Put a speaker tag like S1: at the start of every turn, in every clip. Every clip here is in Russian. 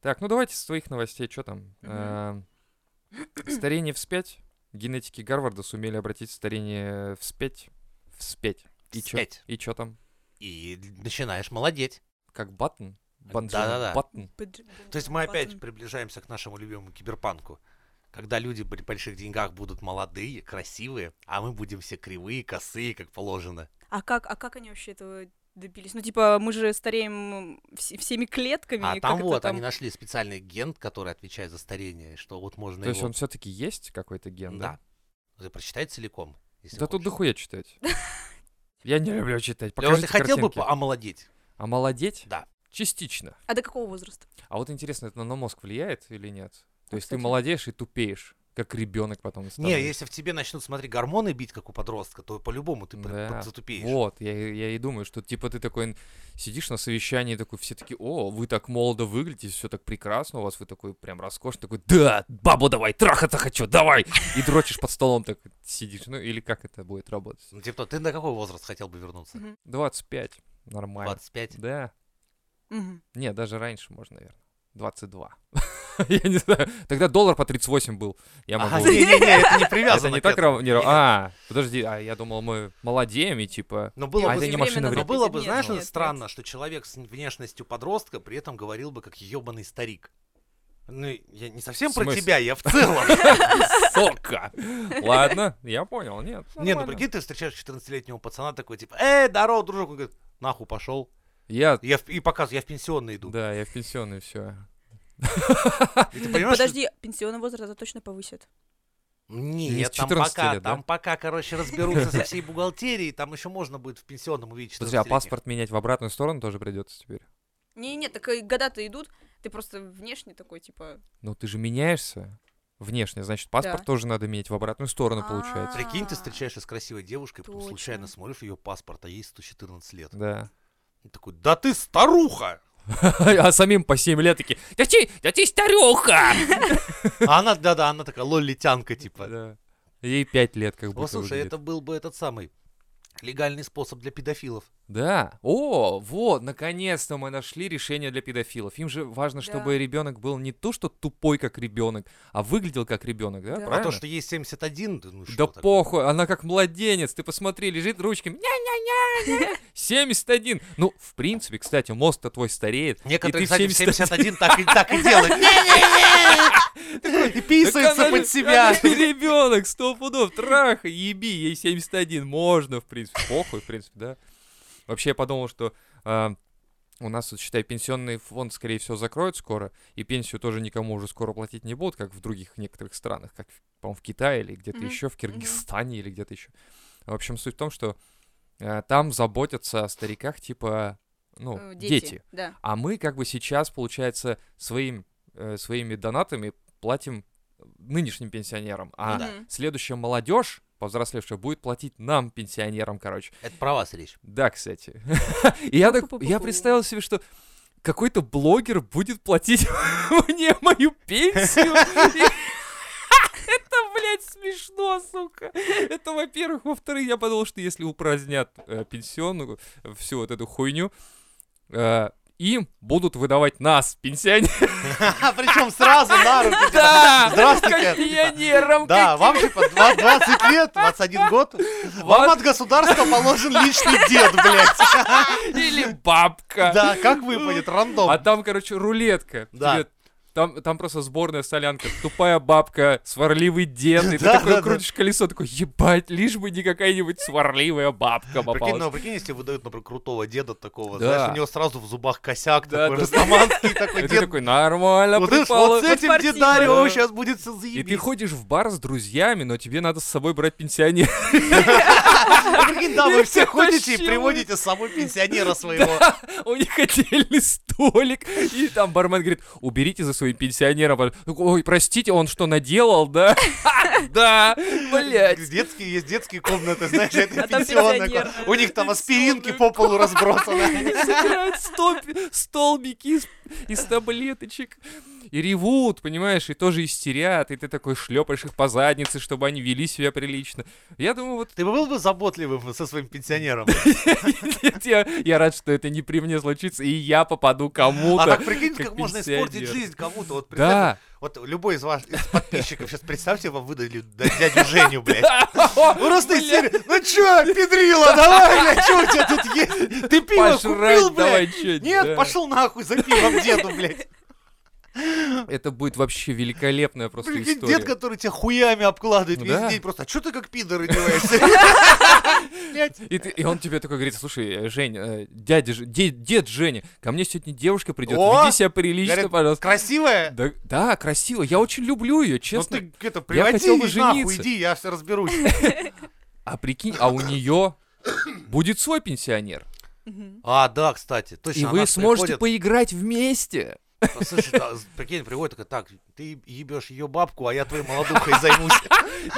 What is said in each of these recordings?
S1: Так, ну давайте с твоих новостей, что там?
S2: Мгм.
S1: Э, Старение вспять. Генетики Гарварда сумели обратить старение вспять. Вспять. И чё?
S2: Вспять.
S1: И чё там?
S2: И начинаешь молодеть.
S1: Как Баттон? Банджи
S2: Да-да-да. Ну
S1: Баттон?
S2: То есть мы опять приближаемся к нашему любимому киберпанку. Когда люди при больших деньгах будут молодые, красивые, а мы будем все кривые, косые, как положено.
S3: А как, а как они вообще этого добились? Ну, типа, мы же стареем вс- всеми клетками.
S2: А
S3: как
S2: там
S3: это
S2: вот
S3: там?
S2: они нашли специальный ген, который отвечает за старение, что вот можно
S1: То есть
S2: его...
S1: он все таки есть какой-то ген, да?
S2: Да. Ты прочитай целиком. если
S1: Да тут
S2: хочешь.
S1: дохуя читать. Я не люблю читать.
S2: Лёва,
S1: Покажите
S2: ты хотел бы
S1: картинки.
S2: по- омолодеть?
S1: А молодеть?
S2: Да.
S1: Частично.
S3: А до какого возраста?
S1: А вот интересно, это на мозг влияет или нет? То
S3: А,
S1: есть ты
S3: кстати.
S1: молодеешь и тупеешь, как ребенок потом
S2: Не,
S1: становишься.
S2: если в тебе начнут, смотри, гормоны бить, как у подростка, то по-любому ты пр- пр-
S1: Да.
S2: затупеешь.
S1: Вот, я, и- я и думаю, что типа ты такой н- сидишь на совещании, такой все такие, о, вы так молодо выглядите, все так прекрасно, у вас вы такой прям роскошный, такой, да, бабу давай, трахаться хочу, давай! И дрочишь под столом так сидишь, ну или как это будет работать?
S2: Ну, типа, ты на какой возраст хотел бы вернуться?
S1: 25, нормально.
S2: 25?
S1: Да,
S3: Мгм.
S1: не, даже раньше можно, наверное. 22. Я не знаю. Тогда доллар по 38 был. Я
S2: Ага,
S1: могу.
S2: не-не-не, это не
S1: Это
S2: привязано.
S1: не
S2: к
S1: так
S2: этому.
S1: рав- не рав- А, подожди, а я думал, мы молодеем и типа.
S2: Но было
S1: А
S2: бы,
S1: это не
S2: но
S1: машина
S3: Временно
S1: времени.
S2: было
S3: запретить.
S2: бы,
S3: Нет,
S2: знаешь,
S3: нет, нет.
S2: странно, что человек с внешностью подростка при этом говорил бы как ебаный старик. Ну, я не совсем
S1: В
S2: про
S1: смысле?
S2: тебя, я в целом.
S1: Сока. Ладно, я понял, нет.
S2: Не, ну
S1: нормально.
S2: прикинь, ты встречаешь 14-летнего пацана такой, типа, эй, здорово, дружок. Он говорит, нахуй пошел.
S1: Я,
S2: Я в- и показываю, я в пенсионный иду.
S1: да, я в пенсионный, все.
S2: И ты понимаешь, что-
S3: Подожди, пенсионный возраст это точно повысит.
S1: Не
S2: Нет,
S1: с
S2: там
S1: 14
S2: пока,
S1: лет, да?
S2: там пока, короче, разберутся со всей бухгалтерией, там еще можно будет в пенсионном увидеть
S1: Подожди, а
S2: 14-летних.
S1: паспорт менять в обратную сторону тоже придется теперь?
S3: Не-не, так и года-то идут, ты просто внешне такой, типа...
S1: Ну, ты же меняешься внешне, значит, паспорт
S3: Да.
S1: тоже надо менять в обратную сторону, получается.
S2: Прикинь, ты
S3: А.
S2: встречаешься с красивой девушкой, потом
S3: Точно.
S2: случайно смотришь ее паспорт, а ей 114 лет.
S1: Да.
S2: И такой, да ты старуха!
S1: А самим по 7 лет такие, да ты, да ты старюха!
S2: А она, да-да, она такая лолитянка, типа.
S1: Да. Ей 5 лет как
S2: О,
S1: будто
S2: слушай,
S1: выглядит.
S2: это был бы этот самый легальный способ для педофилов.
S1: Да. О, вот, наконец-то мы нашли решение для педофилов. Им же важно, чтобы
S3: Да.
S1: ребенок был не то, что тупой, как ребенок, а выглядел как ребенок, да?
S3: Да. А
S2: А
S1: Правильно?
S2: то, что ей 71, да ну что
S1: Да
S2: такое?
S1: похуй, она как младенец, ты посмотри, лежит ручки, ня-ня-ня, 71. Ну, в принципе, кстати, мозг-то твой стареет.
S2: Некоторые,
S1: и ты в
S2: кстати, в
S1: 71
S2: 71 так и, так и делают. Не-не-не! Такой, И
S1: Так
S2: писается
S1: она же-
S2: под себя.
S1: она же Ребенок, сто пудов, траха, еби, ей 71, можно, в принципе, похуй, в принципе, да. Вообще, я подумал, что а, у нас, вот, считай, пенсионный фонд, скорее всего, закроют скоро, и пенсию тоже никому уже скоро платить не будут, как в других некоторых странах, как, по-моему, в Китае или где-то
S3: Мгм,
S1: еще, в
S3: мгм.
S1: Киргизстане или где-то еще. В общем, суть в том, что э, там заботятся о стариках, типа, ну,
S3: э,
S1: дети.
S3: Да.
S1: А мы как бы сейчас, получается, своим, э, своими донатами платим нынешним пенсионерам. А
S2: Ну да.
S3: Мгм.
S1: следующая молодежь, повзрослевшая, будет платить нам, пенсионерам, короче.
S2: Это про вас речь.
S1: Да, кстати. И я так, я
S3: Пу-пу-пу-пу.
S1: представил себе, что какой-то блогер будет платить мне мою пенсию. И Это, блядь, смешно, сука. Это, во-первых. Во-вторых, я подумал, что если упразднят э, пенсионную, э, всю вот эту хуйню, э, им будут выдавать нас, пенсионерам.
S2: Причем сразу на руки. типа, Здравствуйте.
S1: Как пенсионерам.
S2: Да, вам типа два- 20 лет, 21 год. Вам от государства положен личный дед, блядь.
S1: каким- Или бабка.
S2: Да, как выпадет, рандом.
S1: А там, короче, рулетка.
S2: Да.
S1: Тебе- Там, там просто сборная солянка. Тупая бабка, сварливый дед. И ты
S2: Да, да,
S1: такой
S2: да.
S1: крутишь колесо, такой, ебать, лишь бы не какая-нибудь сварливая бабка
S2: Прикинь, ну,
S1: попалась.
S2: прикинь, если выдают, например, крутого деда такого,
S1: Да.
S2: знаешь, у него сразу в зубах косяк
S1: Да,
S2: такой,
S1: да.
S2: растаманский
S1: И
S2: такой
S1: ты
S2: дед.
S1: такой, нормально,
S2: Вот, видишь,
S1: припало.
S2: вот с этим
S3: спортивный,
S2: дедарем
S1: да.
S2: сейчас будет все
S1: И ты
S2: заебись.
S1: ходишь в бар с друзьями, но тебе надо с собой брать пенсионер.
S2: А прикинь, да,
S1: Я
S2: вы все
S1: тебя
S2: ходите и
S1: тащил.
S2: приводите с собой пенсионера своего.
S1: У них отдельный столик. И там бармен говорит, уберите за своим пенсионером. Ой, простите, он что, наделал, да? Да, блядь.
S2: Детские, есть детские комнаты, знаешь, это
S3: А там
S2: пенсионная
S3: пенсионер,
S2: комната. У них там
S3: э,
S2: аспиринки по полу разбросаны.
S1: Они собирают столб- столбики из, из таблеточек. и ревут, понимаешь, и тоже истерят, и ты такой шлепаешь их по заднице, чтобы они вели себя прилично. Я думаю, вот
S2: Ты был бы заботливым со своим пенсионером?
S1: нет, я, я рад, что это не при мне случится, и я попаду кому-то.
S2: А так прикинь, как,
S1: как
S2: можно испортить
S1: пенсионер.
S2: жизнь кому-то. Вот, представь,
S1: да.
S2: вот любой из вас, из подписчиков, сейчас представьте, вам выдали д- дядю Женю, блядь. Просто из
S1: Бля,
S2: серии, ну чё, педрила, давай, блядь, чё у тебя тут есть? Ты пиво купил,
S1: Пожрать давай
S2: блядь?
S1: чё
S2: Нет, пошел нахуй за пивом деду, блядь.
S1: Это будет вообще великолепная просто
S2: Прикинь,
S1: история. Ну
S2: дед, который тебя хуями обкладывает
S1: Да.
S2: весь день, просто, а чё ты как пидор одеваешься? Блядь.
S1: И, ты- и он тебе такой говорит, слушай, э, Жень, э, дядя, Ж- де- дед Женя, ко мне сегодня девушка придет,
S2: О!
S1: веди себя прилично,
S2: Говорит,
S1: пожалуйста.
S2: Красивая?
S1: Да, да, красиво, я очень люблю ее,
S2: Ну
S1: честно.
S2: ты это, преврати
S1: хотел бы
S2: ее нахуй,
S1: жениться.
S2: иди, я всё разберусь.
S1: А прикинь, а у нее будет свой пенсионер.
S3: Мгм.
S2: А, да, кстати, точно.
S1: И
S2: она
S1: вы
S2: ж
S1: сможете
S2: приходит-
S1: поиграть вместе.
S2: А, Слушай, да, с- прикинь, приводит такой, так, ты ебешь ее бабку, а я твоей молодухой займусь.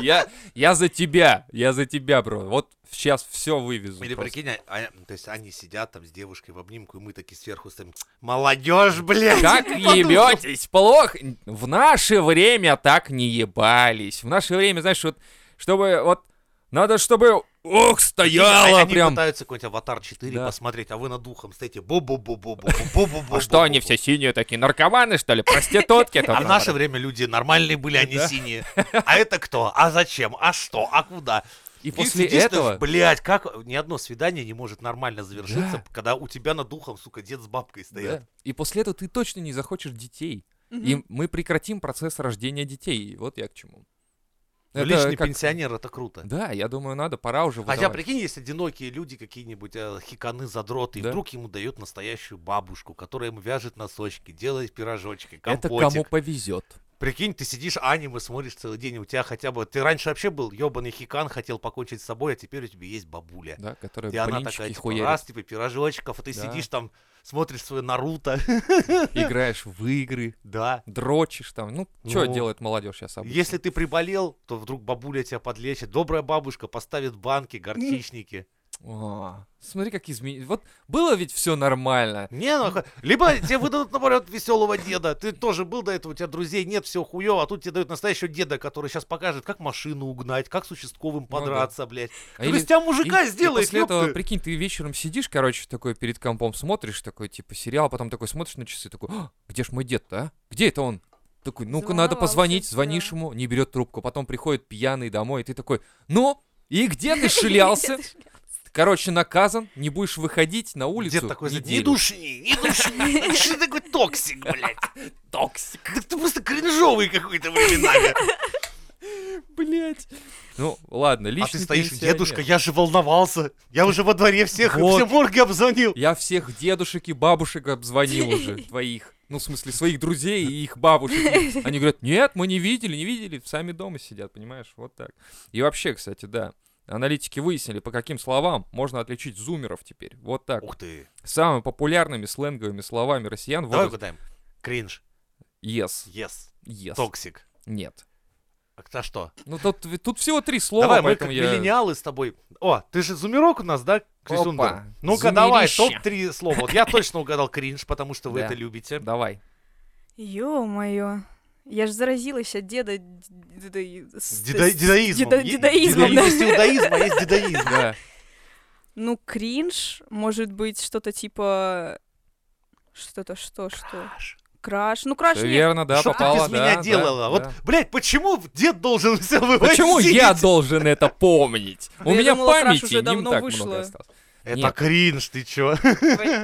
S1: Я, я за тебя, я за тебя, бро. Вот сейчас все вывезу.
S2: Или
S1: просто.
S2: прикинь, а- а- то есть они сидят там с девушкой в обнимку, и мы такие сверху стоим, молодежь, блядь!
S1: Как ебетесь, плохо. В наше время так не ебались. В наше время, знаешь, вот, чтобы вот, надо, чтобы, ох,
S2: Прикинь, а
S1: стояло
S2: они
S1: прям.
S2: пытаются какой-нибудь Аватар 4
S1: Да.
S2: посмотреть, а вы над духом стоите, бу бу бу бу бу бу бу бу
S1: А что они все синие такие, наркоманы, что ли, проститутки?
S2: А в наше время люди нормальные были, они
S1: Да.
S2: синие. А это кто? А зачем? А что? А куда?
S1: И
S2: Ты
S1: после
S2: сидишь,
S1: этого...
S2: Блять, как ни одно свидание не может нормально завершиться,
S1: Да.
S2: когда у тебя над духом, сука, дед с бабкой стоят.
S1: Да. И после этого ты точно не захочешь детей.
S3: Мгм.
S1: И мы прекратим процесс рождения детей. И Вот я к чему.
S2: Ну,
S1: Это
S2: Личный
S1: как-
S2: пенсионер это круто.
S1: Да, я думаю, надо, пора уже
S2: Хотя,
S1: выдавать.
S2: прикинь, есть одинокие люди какие-нибудь, э, хиканы, задроты, и
S1: Да.
S2: вдруг ему дают настоящую бабушку, которая ему вяжет носочки, делает пирожочки,
S1: Это
S2: компотик.
S1: кому повезет.
S2: Прикинь, ты сидишь, аниме смотришь целый день, и у тебя хотя бы... Ты раньше вообще был ёбаный хикан, хотел покончить с собой, а теперь у тебя есть бабуля.
S1: Да, которая
S2: И она такая,
S1: блинчики
S2: типа,
S1: хуярит.
S2: раз, типа, пирожочков, а ты
S1: Да.
S2: сидишь там, смотришь свою Наруто.
S1: Играешь в игры,
S2: Да.
S1: дрочишь там. Ну, что
S2: Ну.
S1: делает молодежь сейчас обычно?
S2: Если ты приболел, то вдруг бабуля тебя подлечит. Добрая бабушка поставит банки,
S1: Ну,
S2: горчичники.
S1: О, А, смотри, как изменилось. Вот было ведь все нормально.
S2: Не, ну, ха- либо тебе выдадут, наоборот, веселого деда. Ты тоже был до этого, у тебя друзей нет, все хуево, а тут тебе дают настоящего деда, который сейчас покажет, как машину угнать, как с участковым
S1: Ну да.
S2: подраться, блядь.
S1: А
S2: Или...
S1: или-
S2: из тебя мужика
S1: и- и
S2: сделает,
S1: после
S2: ёпты.
S1: этого, прикинь, ты вечером сидишь, короче, такой перед компом смотришь, такой, типа, сериал, потом такой смотришь на часы, такой, «А, где ж мой дед-то, а? Где это он? Такой, ну-ка, надо
S3: Заволновался,
S1: позвонить,
S3: да.
S1: звонишь ему, не берет трубку, потом приходит пьяный домой, и ты такой, ну, и где ты шлялся? Короче, наказан, не будешь выходить на улицу
S2: Дед такой, говорит, не
S1: неделю.
S2: душни, не душни, ну что ты такой токсик, блядь.
S1: Токсик,
S2: Да ты просто кринжовый какой-то временами.
S1: блядь. Ну, ладно,
S2: А
S1: личный
S2: ты стоишь,
S1: пенсионер.
S2: дедушка, я же волновался. Я уже во дворе всех,
S1: Вот.
S2: все морги обзвонил.
S1: Я всех дедушек и бабушек обзвонил уже, твоих. Ну, в смысле, своих друзей и их бабушек. И Они говорят, нет, мы не видели, не видели, сами дома сидят, понимаешь, вот так. И вообще, кстати, да, аналитики выяснили, по каким словам можно отличить зумеров теперь. Вот так.
S2: Ух ты.
S1: Самыми популярными сленговыми словами россиян
S2: Давай
S1: вот
S2: угадаем. Кринж,
S1: yes,
S2: yes,
S1: yes,
S2: токсик.
S1: нет.
S2: А кто что?
S1: Ну, тут, тут всего три слова,
S2: давай, мы как
S1: поэтому я...
S2: миллениалы с тобой. О, ты же зумерок у нас, да, Крисундер?
S1: Опа,
S2: Ну-ка, давай,
S1: зумерища.
S2: топ-3 слова. Вот я точно угадал кринж, потому что вы
S1: Да.
S2: это любите.
S1: Давай.
S3: Ё-моё. Я же заразилась от деда... д- д- д- с-
S2: Деда-
S3: с-
S2: Дедаизмом.
S3: деда-
S2: Е-
S3: дедаизмом, да.
S2: Есть иудаизм, а есть дедаизм.
S1: Да.
S3: Ну, кринж, может быть, что-то типа... Что-то, что, что? Краш. Ну, краш
S1: Всё
S3: нет.
S1: верно, да,
S2: Чтоб ты
S1: попала,
S2: без
S1: да,
S2: меня
S1: да,
S2: делала. Вот,
S1: да.
S2: блядь, почему дед должен все вывозить?
S1: Почему я должен это помнить?
S3: Да
S1: У
S3: я
S1: меня
S3: думала, Краш
S1: памяти
S3: уже
S1: не
S3: давно
S1: так много
S3: вышла.
S1: осталось.
S2: Это
S1: Нет.
S2: кринж, ты чё?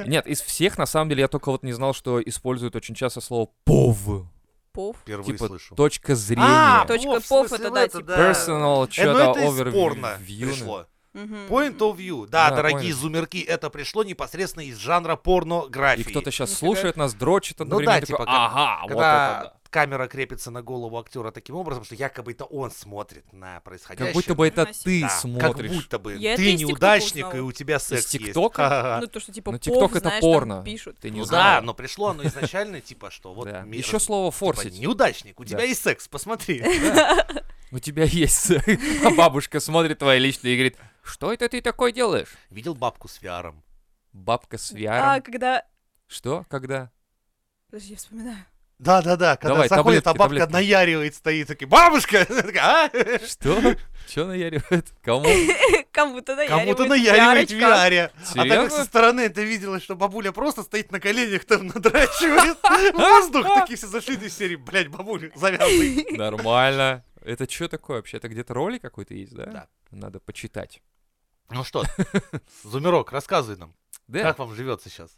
S1: Нет, из всех, на самом деле, я только вот не знал, что используют очень часто слово «пов».
S3: Пов.
S2: Впервые
S1: Типа
S2: слышу.
S1: точка
S2: А,
S1: зрения.
S3: Точка
S2: пов, в
S3: пов
S2: смысле,
S3: это,
S2: в
S3: да,
S2: это,
S3: типа.
S2: да.
S1: Personal,
S2: Э, ну
S1: что-то
S2: это из порно
S1: overview. ну,
S2: пришло.
S3: Мгм.
S2: Point of view. Да,
S1: Да,
S2: дорогие
S1: понял.
S2: зумерки, это пришло непосредственно из жанра
S1: И
S2: порнографии.
S1: кто-то сейчас
S3: Нифига.
S1: слушает нас, дрочит
S2: Ну
S1: одновременно.
S2: да,
S1: такой,
S2: типа, как-
S1: ага, А вот это
S2: когда
S1: да».
S2: камера крепится на голову актера таким образом, что якобы это он смотрит на происходящее.
S1: Как будто бы это
S3: Нифига
S1: ты
S2: Да,
S1: смотришь.
S2: Как будто бы
S3: Я это
S2: ты
S3: из ТикТока
S2: неудачник,
S3: узнала.
S2: и у тебя секс есть.
S1: ТикТока?
S2: Ха-ха-ха.
S3: Ну, то, что типа
S1: Ну,
S3: пов,
S1: TikTok это
S3: знаешь, там
S1: порно.
S3: пишут.
S1: Ты не
S2: Ну
S1: знал.
S2: да, но пришло оно изначально, типа, что вот...
S1: Да.
S2: ми-
S1: Еще слово
S2: типа,
S1: «форсить».
S2: неудачник, у тебя
S1: Да.
S2: есть секс, посмотри.
S1: У тебя есть. А бабушка смотрит твои личные и говорит, что это ты такое делаешь?
S2: Видел бабку с VR?
S1: Бабка с
S3: А,
S1: VR.
S3: когда...
S1: Что? Когда?
S3: Подожди, я вспоминаю.
S2: Да-да-да, когда
S1: Давай,
S2: заходит, а
S1: таблетки,
S2: бабка
S1: таблетки.
S2: наяривает, стоит, такие, бабушка! Она такая, «А?»
S1: Что? Че наяривает? Кому?
S3: Кому-то наяривает.
S2: Кому-то наяривает
S3: Ярочка.
S2: в VR. А так как
S1: Серьезно?
S2: со стороны ты видела, что бабуля просто стоит на коленях, там надрачивает воздух, такие все зашли из серии, блядь, бабуля, завязывай.
S1: Нормально. Это что такое вообще? Это где-то ролик какой-то есть, да?
S2: Да.
S1: Надо почитать.
S2: Ну что, Зумерок, рассказывай нам,
S1: Да.
S2: как вам живется сейчас?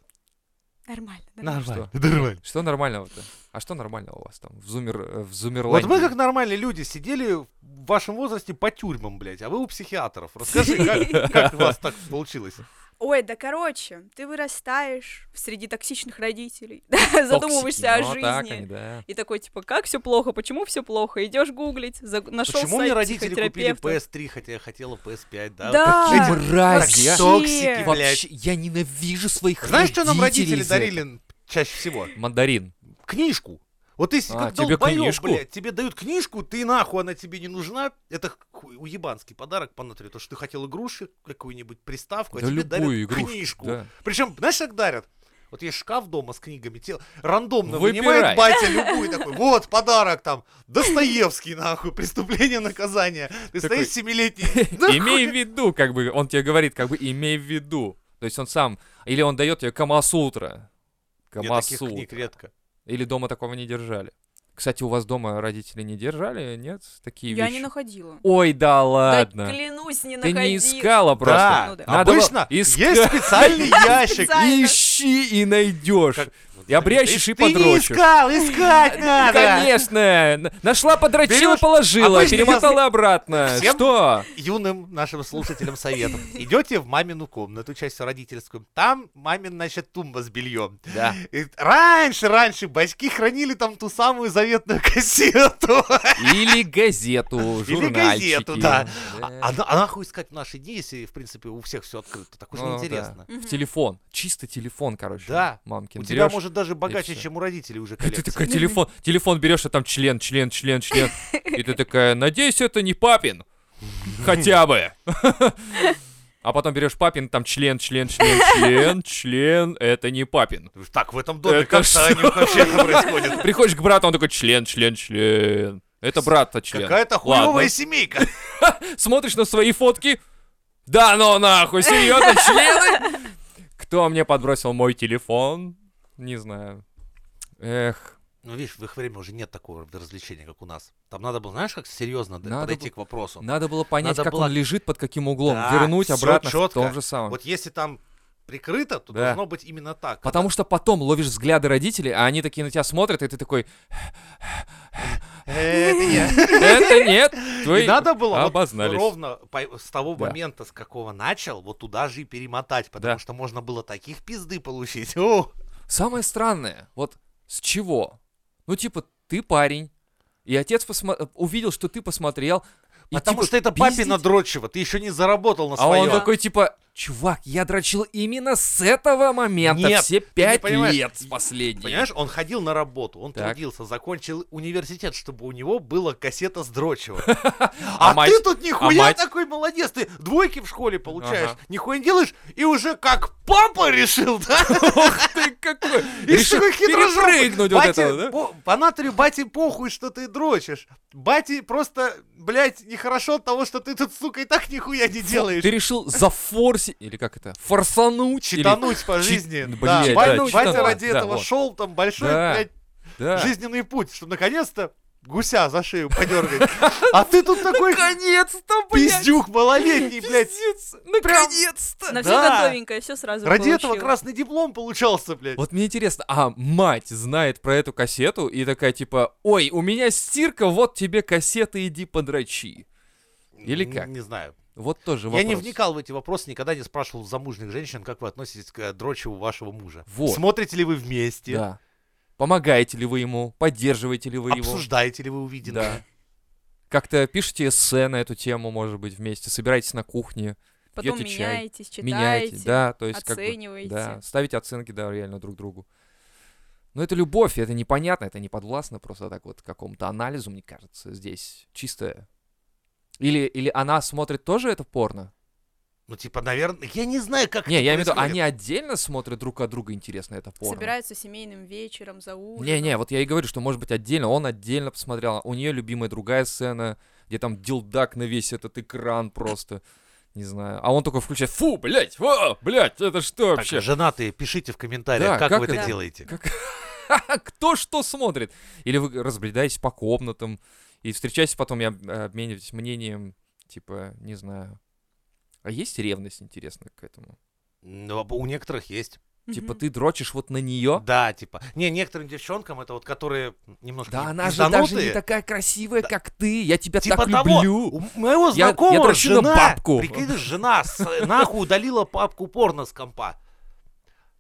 S3: Нормально, нормально.
S2: Нормально, нормально.
S1: Что нормального-то? А что нормального у вас там в зумер э, в
S2: Вот
S1: Зумерландии?
S2: вы как нормальные люди сидели в вашем возрасте по тюрьмам, блядь, а вы у психиатров. Расскажи, как, как у вас так получилось?
S3: Ой, да короче, ты вырастаешь среди токсичных родителей, задумываешься о
S1: Токсики. Ну, так
S3: жизни.
S1: они, да.
S3: И такой, типа, как все плохо, почему все плохо? Идешь гуглить, за... нашел
S2: Почему
S3: сайт
S2: мне родители купили
S3: психотерапевта.
S2: PS3, хотя я хотела PS5, да?
S3: Да.
S2: Вот такие
S1: Вы мрази,
S3: Вообще.
S1: а?
S2: Токсики, блядь.
S1: Вообще, я ненавижу своих
S2: Знаешь, что нам родители
S1: родителей за это.
S2: дарили чаще всего?
S1: Мандарин.
S2: Книжку. Вот если
S1: А,
S2: как
S1: тебе
S2: долбоёб,
S1: книжку?
S2: блядь, тебе дают книжку, ты нахуй, она тебе не нужна. Это хуй- уебанский подарок по натуре, то, что ты хотел игрушек, какую-нибудь приставку, а
S1: Да
S2: тебе дарят
S1: любую игрушку.
S2: книжку.
S1: да.
S2: Причем, знаешь, как дарят? Вот есть шкаф дома с книгами, те рандомно
S1: Выбирай.
S2: вынимает батя любую такой, вот подарок там, Достоевский нахуй, преступление наказание. Ты
S1: Такой,
S2: стоишь семилетний. да
S1: Имей
S2: хуй.
S1: в виду, как бы, он тебе говорит, как бы, имей в виду. То есть он сам, или он дает тебе Камасутра.
S2: Нет, таких книг
S1: Камасутра.
S2: редко.
S1: Или дома такого не держали. Кстати, у вас дома родители не держали, нет? Такие
S3: Я
S1: вещи.
S3: не находила.
S1: Ой, да
S3: Да
S1: ладно.
S3: клянусь, не
S1: Ты
S3: находила.
S1: не искала просто.
S3: Ну да.
S1: Надо было
S2: обычно
S1: искать.
S2: есть специальный ящик.
S3: Специально. Да,
S1: Ищи и найдешь.
S2: Как-
S1: И обрящешь, и
S2: Ты не
S1: подрочишь.
S2: искал, искать надо.
S1: Конечно, Н- нашла, подрочила,
S2: Берёшь
S1: положила,
S2: обычный
S1: перемотала обратно.
S2: Всем-
S1: Что?
S2: Юным нашим слушателям советом. Идете в мамину комнату, часть родительскую. Там мамин, значит, тумба с бельем.
S1: Да.
S2: И раньше, раньше бачки хранили там ту самую заветную кассету.
S1: Или газету, журнальчики.
S2: Или газету, да.
S1: Да.
S2: А, а нахуй искать в наши дни, если, в принципе, у всех все открыто? Так уж
S1: Ну, да.
S2: неинтересно.
S3: Мгм.
S1: В телефон. Чисто телефон, короче.
S2: Да.
S1: Мамкин
S2: У тебя,
S1: берёшь.
S2: может, даже богаче,
S1: всё.
S2: чем у родителей уже
S1: И Ты
S2: коллекция.
S1: такая, телефон, телефон берешь, а там член, член, член, член. И ты такая, надеюсь, это не папин. Хотя бы. А потом берешь папин, там член, член, член, член, член, это не папин.
S2: Так, в этом доме
S1: Это
S2: как-то
S1: что?
S2: они вообще это происходит.
S1: Приходишь к брату, он такой, член, член, член. Это брат-то член.
S2: Какая-то
S1: Ладно.
S2: хуевая семейка.
S1: Смотришь на свои фотки. Да ну нахуй, серьезно, члены? Кто мне подбросил мой телефон? Не знаю. Эх,
S2: Ну, видишь, в их время уже нет такого развлечения, как у нас. Там надо было, знаешь, как серьезно д-
S1: Надо
S2: подойти
S1: бы-
S2: к вопросу.
S1: надо было понять,
S2: Надо
S1: как
S2: было-
S1: он лежит, под каким углом.
S2: Да,
S1: Вернуть
S2: всё
S1: обратно в
S2: чётко.
S1: том же самом.
S2: Вот если там прикрыто, то
S1: Да.
S2: должно быть именно так.
S1: Потому что потом ловишь взгляды родителей, а они такие на тебя смотрят, и ты такой,
S2: Э, Это я.
S1: это нет, твои
S2: И надо было вот
S1: обознались.
S2: ровно по- с того
S1: Да.
S2: момента, с какого начал, вот туда же и перемотать,
S1: Да.
S2: потому
S1: типа
S2: что можно было таких пизды получить. О,
S1: Самое странное, вот с чего? Ну, типа, ты парень, и отец посмо- увидел, что ты посмотрел, и,
S2: Потому
S1: типа,
S2: что это папина
S1: пиздить.
S2: дрочево, ты еще не заработал на
S1: А
S2: свое.
S1: он такой, типа, чувак, я дрочил именно с этого момента
S2: Нет,
S1: все
S2: не
S1: пять
S2: понимаешь.
S1: лет с последней.
S2: Понимаешь, он ходил на работу, он
S1: Так.
S2: трудился, закончил университет, чтобы у него была кассета с дрочева.
S1: А
S2: А,
S1: мать-
S2: ты тут нихуя
S1: а мать-
S2: такой молодец, ты двойки в школе получаешь,
S1: Ага.
S2: нихуя не делаешь, и уже как папа решил, да?
S1: Ух ты какой!
S2: И
S1: Решил
S2: такой хитрожопый.
S1: перепрыгнуть вот
S2: Бате
S1: этого, да?
S2: по- По натуре бате похуй, что ты дрочишь. Бате просто, блядь, нехорошо от того, что ты тут, сука, и так нихуя не делаешь.
S1: Ты решил зафорсить, или как это, форсануть? или-
S2: Читануть по
S1: Чит-
S2: жизни.
S1: блядь,
S2: Да,
S1: да,
S2: Батя-
S1: читануть,
S2: Батя ради
S1: да,
S2: этого
S1: вот.
S2: шел там большой,
S1: Да.
S2: блядь,
S1: Да.
S2: жизненный путь, чтобы наконец-то гуся за шею подергать. А ты тут такой
S1: Наконец-то, Ну, блядь!
S2: пиздюк малолетний, блядь.
S1: Пиздец!
S3: Прям
S1: Наконец-то!
S3: На все
S2: Да.
S3: готовенькое, все сразу
S2: Ради этого
S3: получила.
S2: красный диплом получался, блядь.
S1: Вот мне интересно, а мать знает про эту кассету и такая типа, ой, у меня стирка, вот тебе кассета, иди подрочи. Или
S2: Н-
S1: как?
S2: Не знаю.
S1: Вот тоже
S2: Я
S1: вопрос.
S2: не вникал в эти вопросы, никогда не спрашивал замужних женщин, как вы относитесь к э, дрочеву вашего мужа.
S1: Вот.
S2: Смотрите ли вы вместе?
S1: Да. Помогаете ли вы ему? Поддерживаете ли вы его?
S2: Обсуждаете ли вы увиденное?
S1: Да. Как-то пишите эссе на эту тему, может быть, вместе, собираетесь на кухне,
S3: Потом
S1: пьете чай,
S3: меняетесь, читаете,
S1: меняете, да, то есть как бы,
S3: оцениваете.
S1: да, ставите оценки, да, реально друг другу. Но это любовь, и это непонятно, это не подвластно просто так вот какому-то анализу, мне кажется, здесь чистое. Или, или она смотрит тоже это порно?
S2: Ну, типа, наверное, я не знаю, как
S1: Не,
S2: это
S1: я имею в виду,
S2: происходит.
S1: они отдельно смотрят друг от друга, интересно, это порно.
S3: Собираются семейным вечером за ужином.
S1: Не-не, вот я и говорю, что может быть отдельно, он отдельно посмотрел, а у нее любимая другая сцена, где там дилдак на весь этот экран просто, не знаю. А он только включает, фу, блядь, во, блядь, это что
S2: Так,
S1: вообще?
S2: женатые, пишите в комментариях,
S1: Да,
S2: как,
S1: как
S2: вы это
S3: это?
S2: делаете.
S1: Кто что смотрит? Или вы разбредаетесь по комнатам и встречаетесь потом и об- обмениваетесь мнением, типа, не знаю. А есть ревность, интересно, к этому?
S2: Ну, а у некоторых есть.
S3: Мгм.
S1: Типа ты дрочишь вот на нее?
S2: Да, типа. Не, некоторым девчонкам это вот, которые немножко
S1: Да
S2: пи-
S1: она же даже не
S2: пизданутые.
S1: такая красивая,
S2: Да.
S1: как ты. Я тебя
S2: Типа
S1: так
S2: того,
S1: люблю.
S2: у моего
S1: Я- я
S2: знакомого
S1: дрочу на
S2: жена,
S1: бабку.
S2: прикинь, жена с- нахуй удалила папку порно с компа.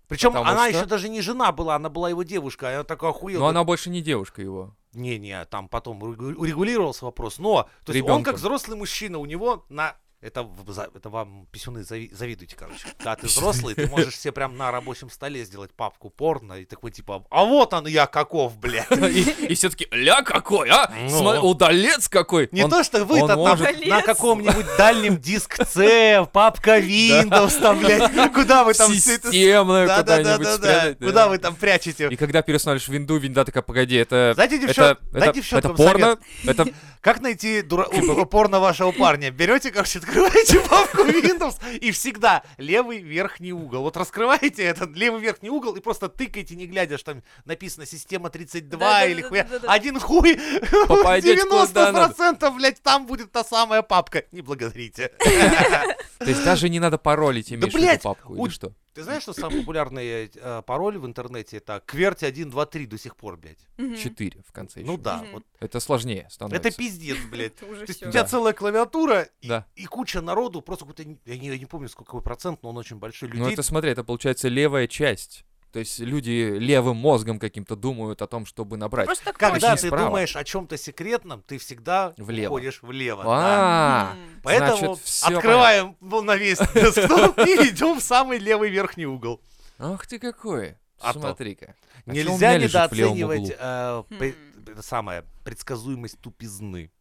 S2: Причем
S1: Потому
S2: она
S1: что?
S2: еще даже не жена была, она была его девушка, а я такой охуел.
S1: Но она больше не девушка его.
S2: Не-не, там потом урегу- урегулировался вопрос. Но, то есть он
S1: Ребенком.
S2: как взрослый мужчина, у него на... Это, в- за- это вам писюны зави- завидуйте, короче. Да, ты взрослый, ты можешь себе прям на рабочем столе сделать папку порно, и такой типа, а вот он я каков, блядь.
S1: И, все-таки, ля какой, а?
S2: Ну.
S1: Сма- Удалец какой.
S2: Не
S1: Он-
S2: то, что вы
S1: он
S2: там
S1: может-
S2: на- на
S3: Колец.
S2: каком-нибудь дальнем диск C, папка Windows там, блядь, куда вы там все это...
S1: системную
S2: Да-да-да-да-да.
S1: куда-нибудь спрятать, да.
S2: Куда вы там прячете?
S1: И когда переустанавливаешь винду, винда такая, погоди, это...
S2: Знаете,
S1: Это,
S2: девчонки,
S1: это, это порно, это
S2: Как найти дура-
S1: Типа
S2: у- у- порно вашего парня? Берете, короче, открываете папку Windows и всегда левый верхний угол. Вот раскрываете этот левый верхний угол и просто тыкаете, не глядя, что там написано система 32 или хуя.
S3: Да-да-да-да-да-да.
S2: Один хуй,
S1: Попадёте куда
S2: 90% блядь, там будет та самая папка. Не благодарите.
S1: То есть даже не надо паролить, имеешь в виду
S2: блядь,
S1: папку
S2: у-
S1: или что?
S2: Ты знаешь, что самый популярный э, пароль в интернете это кверти 123 до сих пор, блядь.
S3: Мгм.
S1: Четыре в конце
S2: Ну
S1: ещё.
S2: да,
S3: Мгм.
S2: вот
S1: Это сложнее становится.
S2: это пиздец, блядь.
S3: Это уже
S2: То есть
S3: всё.
S2: у тебя
S1: Да.
S2: целая клавиатура и,
S1: Да.
S2: и куча народу, просто какой-то, я не, я не помню, сколько какой процент, но он очень большой, людей.
S1: Ну это смотри, это получается левая часть. То есть люди левым мозгом каким-то думают о том, чтобы набрать.
S3: Просто так
S2: Когда
S1: Точно.
S2: ты
S3: проще.
S1: Справа.
S2: думаешь о чем-то секретном, ты всегда
S1: Влево.
S2: уходишь влево. да.
S1: А,
S3: М.
S2: Поэтому
S1: значит, всё
S2: открываем ну, на весь десктоп и идем в самый левый верхний угол.
S1: ах ты какой.
S2: А то.
S1: Смотри-ка. А чё у
S2: Нельзя
S1: меня лежит в левом
S2: недооценивать
S1: углу?
S2: э, пре-
S3: Хм.
S2: это самое предсказуемость тупизны.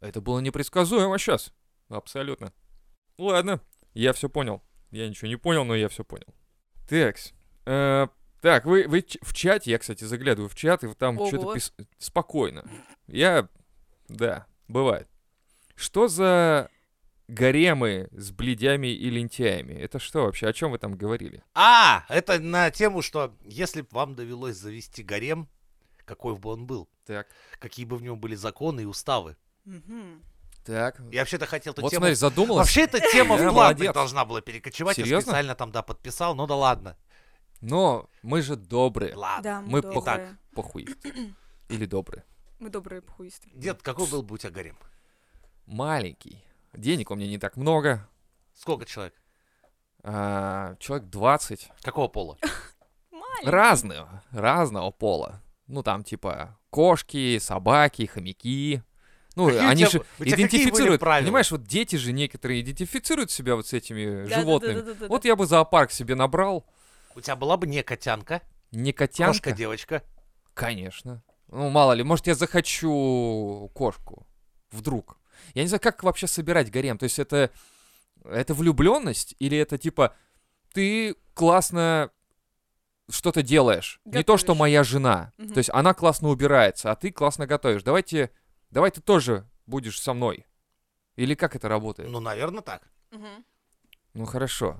S1: Это было непредсказуемо сейчас. Абсолютно. Ладно, я все понял. Я ничего не понял, но я все понял. Так. так, вы, вы ч- в чате, я, кстати, заглядываю в чат, и вы там что-то
S3: Ого.
S1: пис... Спокойно. Я... Да, бывает. Что за гаремы с бледями и лентяями? Это что вообще? О чем вы там говорили?
S2: А, это на тему, что если бы вам довелось завести гарем, какой бы он был,
S1: Так.
S2: какие бы в нем были законы и уставы.
S3: Мгм.
S1: Так.
S2: Я вообще-то хотел эту
S1: вот
S2: тему
S1: смотри, задумалась.
S2: Вообще эта тема
S1: Я
S2: в платный
S1: молодец.
S2: должна была перекочевать. Я
S1: Серьезно?
S2: специально там, да, подписал, но да ладно.
S1: Но мы же добрые.
S2: Ладно.
S3: Да,
S1: А, мы
S3: мы
S1: по-
S3: добрые.
S1: Похуй. Или добрые.
S3: Мы добрые пхуисты.
S2: Дед, какой был бы у тебя гарем?
S1: Маленький. Денег у меня не так много.
S2: Сколько человек?
S1: А, человек 20.
S2: Какого пола?
S1: Разного, разного пола. Ну, там, типа, кошки, собаки, хомяки. Ну,
S2: Какие у
S3: А
S1: они
S2: тебя-
S1: же
S2: у тебя какие были
S1: идентифицируют,
S2: правила?
S1: понимаешь, вот дети же некоторые идентифицируют себя вот с этими
S3: Да,
S1: животными.
S3: да-да-да-да-да.
S1: Вот я бы зоопарк себе набрал,
S2: У тебя была бы не котянка,
S1: не котянка,
S2: кошка-девочка.
S1: конечно. Ну, мало ли, может, я захочу кошку. Вдруг. Я не знаю, как вообще собирать гарем. То есть это, это влюбленность или это типа ты классно что-то делаешь. Не то, что
S3: Готовишь.
S1: моя жена.
S3: Мгм.
S1: То есть она классно убирается, а ты классно готовишь. Давайте, давай ты тоже будешь со мной. Или как это работает?
S2: Ну, наверное, так.
S3: Мгм.
S1: Ну хорошо.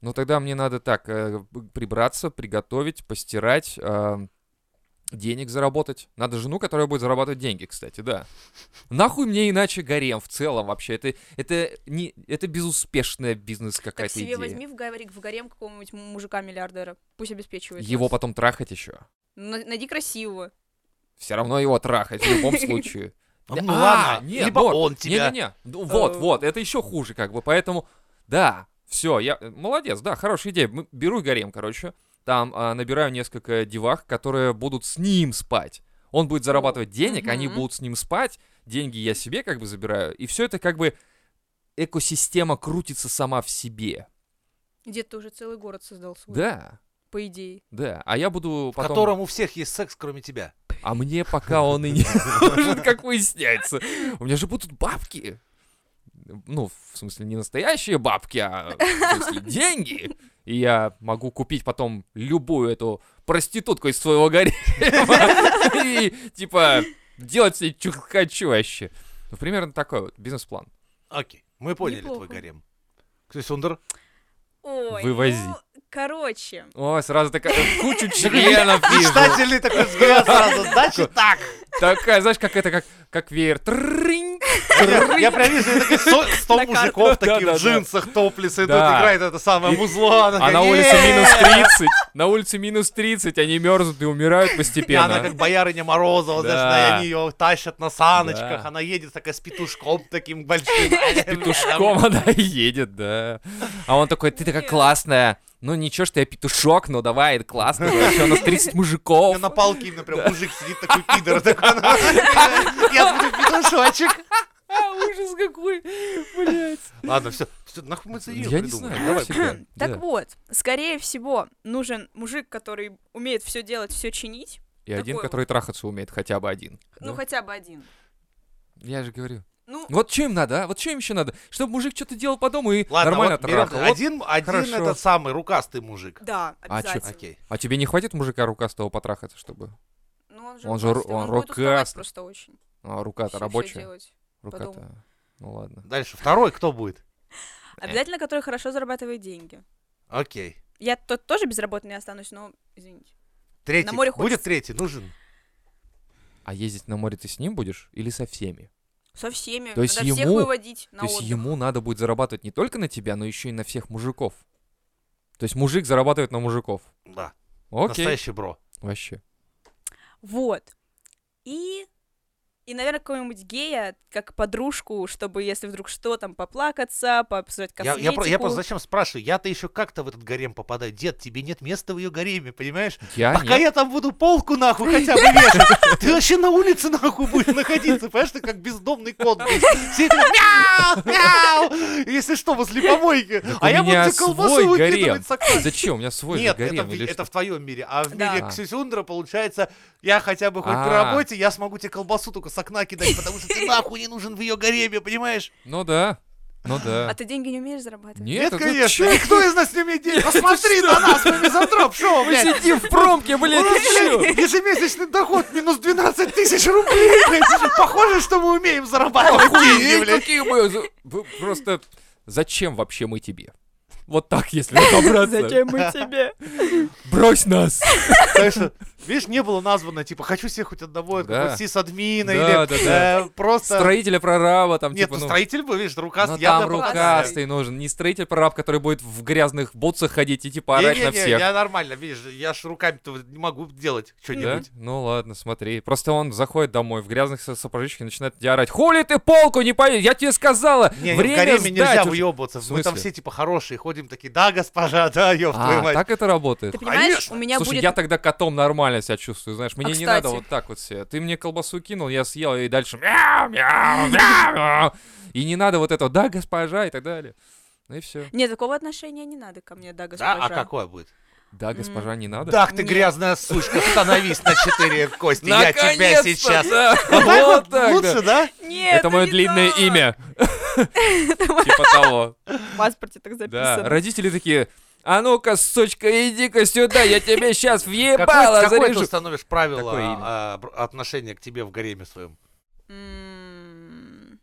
S1: Ну тогда мне надо так э, б- прибраться, приготовить, постирать, э, денег заработать. Надо жену, которая будет зарабатывать деньги, кстати, да. Нахуй мне иначе гарем в целом вообще. Это это не это безуспешная бизнес
S3: Так
S1: какая-то
S3: себе
S1: идея.
S3: возьми в гарем, в гарем какого-нибудь мужика-миллиардера. Пусть обеспечивает.
S1: Его
S3: вас.
S1: потом трахать еще.
S3: На- Найди красивого.
S1: Все равно его трахать в любом случае.
S2: Ну,
S1: Да-
S2: ну,
S1: а,
S2: ладно,
S1: нет,
S2: либо
S1: вот,
S2: он тебя...
S1: Не-не-не, ну, вот,
S3: Э.
S1: вот, это еще хуже как бы, поэтому, да, все, я, э, молодец, да, хорошая идея, М, беру гарем, короче, там а, набираю несколько девах, которые будут с ним спать, он будет зарабатывать денег, они
S3: мгм.
S1: будут с ним спать, деньги я себе как бы забираю, и все это как бы экосистема крутится сама в себе,
S3: Дед, ты уже целый город создал свой.
S1: да,
S3: По идее.
S1: да, а я буду
S2: В
S1: потом,
S2: котором у всех есть секс, кроме тебя.
S1: а мне пока он и не нужен, как выясняется, у меня же будут бабки, ну, в смысле, не настоящие бабки, а в смысле, деньги, и я могу купить потом любую эту проститутку из своего гарема и, типа, делать себе, что хочу вообще. Ну, примерно такой вот бизнес-план.
S2: Окей, мы поняли твой
S3: Неплохо.
S2: гарем. Ксюсундер?
S3: Ой,
S1: Вывози.
S3: ну, короче,
S1: Ой, сразу такая кучу членов вижу.
S2: Мечтательный такой взгляд сразу. Значит так.
S1: Такая, знаешь, как это, как, как веер. Трынь.
S2: Я я прям вижу, такие со- сто
S3: На карту.
S2: мужиков такие в
S1: Да-да-да.
S2: джинсах топлисы. Тут
S1: Да.
S2: играет это самое
S1: И-
S2: музло. она
S1: А
S2: такая,
S1: на улице
S2: «Е-е-е!»
S1: минус 30. На улице минус 30, они мерзнут и умирают
S2: И она
S1: постепенно.
S2: как боярыня Морозова, знаешь, на-
S1: Да.
S2: они ее тащат на саночках,
S1: Да.
S2: она едет такая с петушком таким большим.
S1: Петушком она и едет, да. А он такой, ты такая
S3: Нет.
S1: классная. Ну ничего, что я петушок, ну давай, это классно. Вообще, у нас 30 мужиков.
S2: На палке именно прям мужик сидит такой пидор, такой, она такая, я буду петушочек.
S1: А, ужас какой, блядь.
S2: Ладно, все, нахуй мы это её
S1: Я не
S2: придумали?
S1: знаю,
S2: Давай,
S1: вообще.
S2: блин.
S1: Да.
S3: так вот, скорее всего, нужен мужик, который умеет все делать, все чинить.
S1: И один,
S3: Такой
S1: который трахаться умеет, хотя бы один.
S3: Ну,
S1: Да?
S3: хотя бы один.
S1: Я же говорю.
S3: Ну,
S1: Вот что им надо, а? Вот что им еще надо? Чтобы мужик что-то делал по дому и
S2: Ладно,
S1: нормально
S2: вот берем
S1: трахал. Вот.
S2: один, один
S1: хорошо.
S2: этот самый рукастый мужик.
S3: да,
S1: А чё-
S3: обязательно.
S2: Окей.
S1: А тебе не хватит мужика рукастого потрахаться, чтобы...
S3: Ну, он же,
S1: Он же ру-
S3: рукастый,
S1: он
S3: будет уставать
S1: рукастый.
S3: просто очень.
S1: А, рука-то
S3: всё- всё
S1: рабочая.
S3: делать.
S1: Рука-то...
S3: по дому.
S1: Ну ладно.
S2: Дальше. Второй кто будет?
S3: Обязательно, который хорошо зарабатывает деньги.
S2: Окей.
S3: Я тут тоже безработной останусь, но, извините.
S2: Третий.
S3: На море
S2: будет
S3: хочется.
S2: третий, нужен.
S1: А ездить на море ты с ним будешь или со всеми?
S3: Со всеми.
S1: То есть
S3: Надо всех
S1: ему-
S3: выводить на
S1: То есть
S3: отдых.
S1: ему надо будет зарабатывать не только на тебя, но еще и на всех мужиков. То есть мужик зарабатывает на мужиков.
S2: Да.
S1: Окей.
S2: Настоящий бро.
S1: Вообще.
S3: Вот. И... И, наверное, какого-нибудь гея, как подружку, чтобы, если вдруг что, там, поплакаться, пообсуждать
S2: Я,
S3: косметику.
S2: я про- я просто зачем спрашиваю? Я-то еще как-то в этот гарем попадаю. Дед, тебе нет места в ее гареме, понимаешь?
S1: Я
S2: Пока
S1: нет.
S2: я там буду полку нахуй хотя бы вешать, ты вообще на улице нахуй будешь находиться, понимаешь, ты как бездомный кот. будешь. Все это мяу, мяу, если что, возле помойки.
S1: Так у
S2: А я буду
S1: меня
S2: тебе колбасу
S1: свой
S2: выкидывать
S1: гарем.
S2: с окна.
S1: Зачем? У меня свой же
S2: Нет, это,
S1: гарем.
S2: в-
S1: или
S2: это
S1: что?
S2: в твоем мире. А в
S3: Да.
S2: мире Ксюсюндра, получается, я хотя бы хоть
S1: А.
S2: по работе, я смогу тебе колбасу только с окна кидать, потому что ты нахуй не нужен в ее гареме, понимаешь?
S1: Ну да. Ну
S3: А
S1: да.
S3: ты деньги не умеешь зарабатывать?
S1: Нет,
S2: Нет,
S1: это
S2: конечно,
S1: чё?
S2: никто из нас не умеет денег. Посмотри на нас, мы мизантроп, шоу,
S1: Мы
S2: блядь.
S1: сидим в промке, блядь,
S2: У нас,
S1: ты чё?
S2: блядь, ежемесячный доход минус 12 тысяч рублей. блядь. Похоже, что мы умеем зарабатывать деньги,
S1: Охуеть,
S2: блядь.
S1: какие мы... за- вы Просто зачем вообще мы тебе? Вот так, если разобраться.
S3: Зачем мы тебе?
S1: Брось нас.
S2: Так что, видишь, не было названо, типа, хочу себе хоть одного
S1: Да.
S2: какого-то сисадмина
S1: Да,
S2: или
S1: да, да.
S2: э, просто...
S1: Строителя прораба там,
S2: Нет,
S1: типа,
S2: ну
S1: ну...
S2: строитель был, видишь,
S1: Но
S2: рукастый. я
S1: там
S2: бы-
S1: рукастый нужен, не строитель прораб, который будет в грязных бутсах ходить и типа орать на
S2: Не-не-не,
S1: всех.
S2: я нормально, видишь, я ж руками-то вот не могу делать
S1: Да?
S2: что-нибудь.
S1: Ну ладно, смотри. Просто он заходит домой в грязных со- сапожичках и начинает тебе орать. Хули ты полку не поедешь? Я тебе сказала,
S2: Не, в
S1: время
S2: гареме нельзя
S1: сдать уже».
S2: выебываться.
S1: В
S2: Мы там
S1: смысле?
S2: все типа хорошие, ходим такие, да, госпожа, да, ёб твою
S1: А,
S2: мать.
S1: так это работает?
S3: Ты понимаешь,
S2: Конечно.
S3: у меня
S1: Слушай,
S3: будет... А,
S1: я тогда котом нормально себя чувствую, знаешь, мне не надо
S3: кстати?
S1: вот так вот все. Ты мне колбасу кинул, я съел, и дальше мяу, мяу, мяу, мяу. И не надо вот этого, да, госпожа, и так далее. Ну и все.
S3: Нет, такого отношения не надо ко мне, да, госпожа.
S2: Да, а какое будет?
S1: Да, госпожа, не надо.
S2: Так ты
S3: Нет.
S2: грязная сучка, становись на четыре кости, я тебя
S1: Наконец-то,
S2: сейчас.
S1: да.
S2: Вот так вот
S1: Вот так, да.
S2: лучше, да?
S3: Нет,
S1: Это мое
S3: не
S1: длинное
S3: так.
S1: имя. Типа того.
S3: В паспорте
S1: Да.
S3: так записано.
S1: Родители такие, а ну-ка, сучка, иди-ка сюда, я тебе сейчас
S2: Какое
S1: въебало
S2: какое ты
S1: заряжу.
S2: установишь
S1: Какое
S2: правило
S1: имя?
S2: а, бр- отношения к тебе в гареме своем?
S3: М,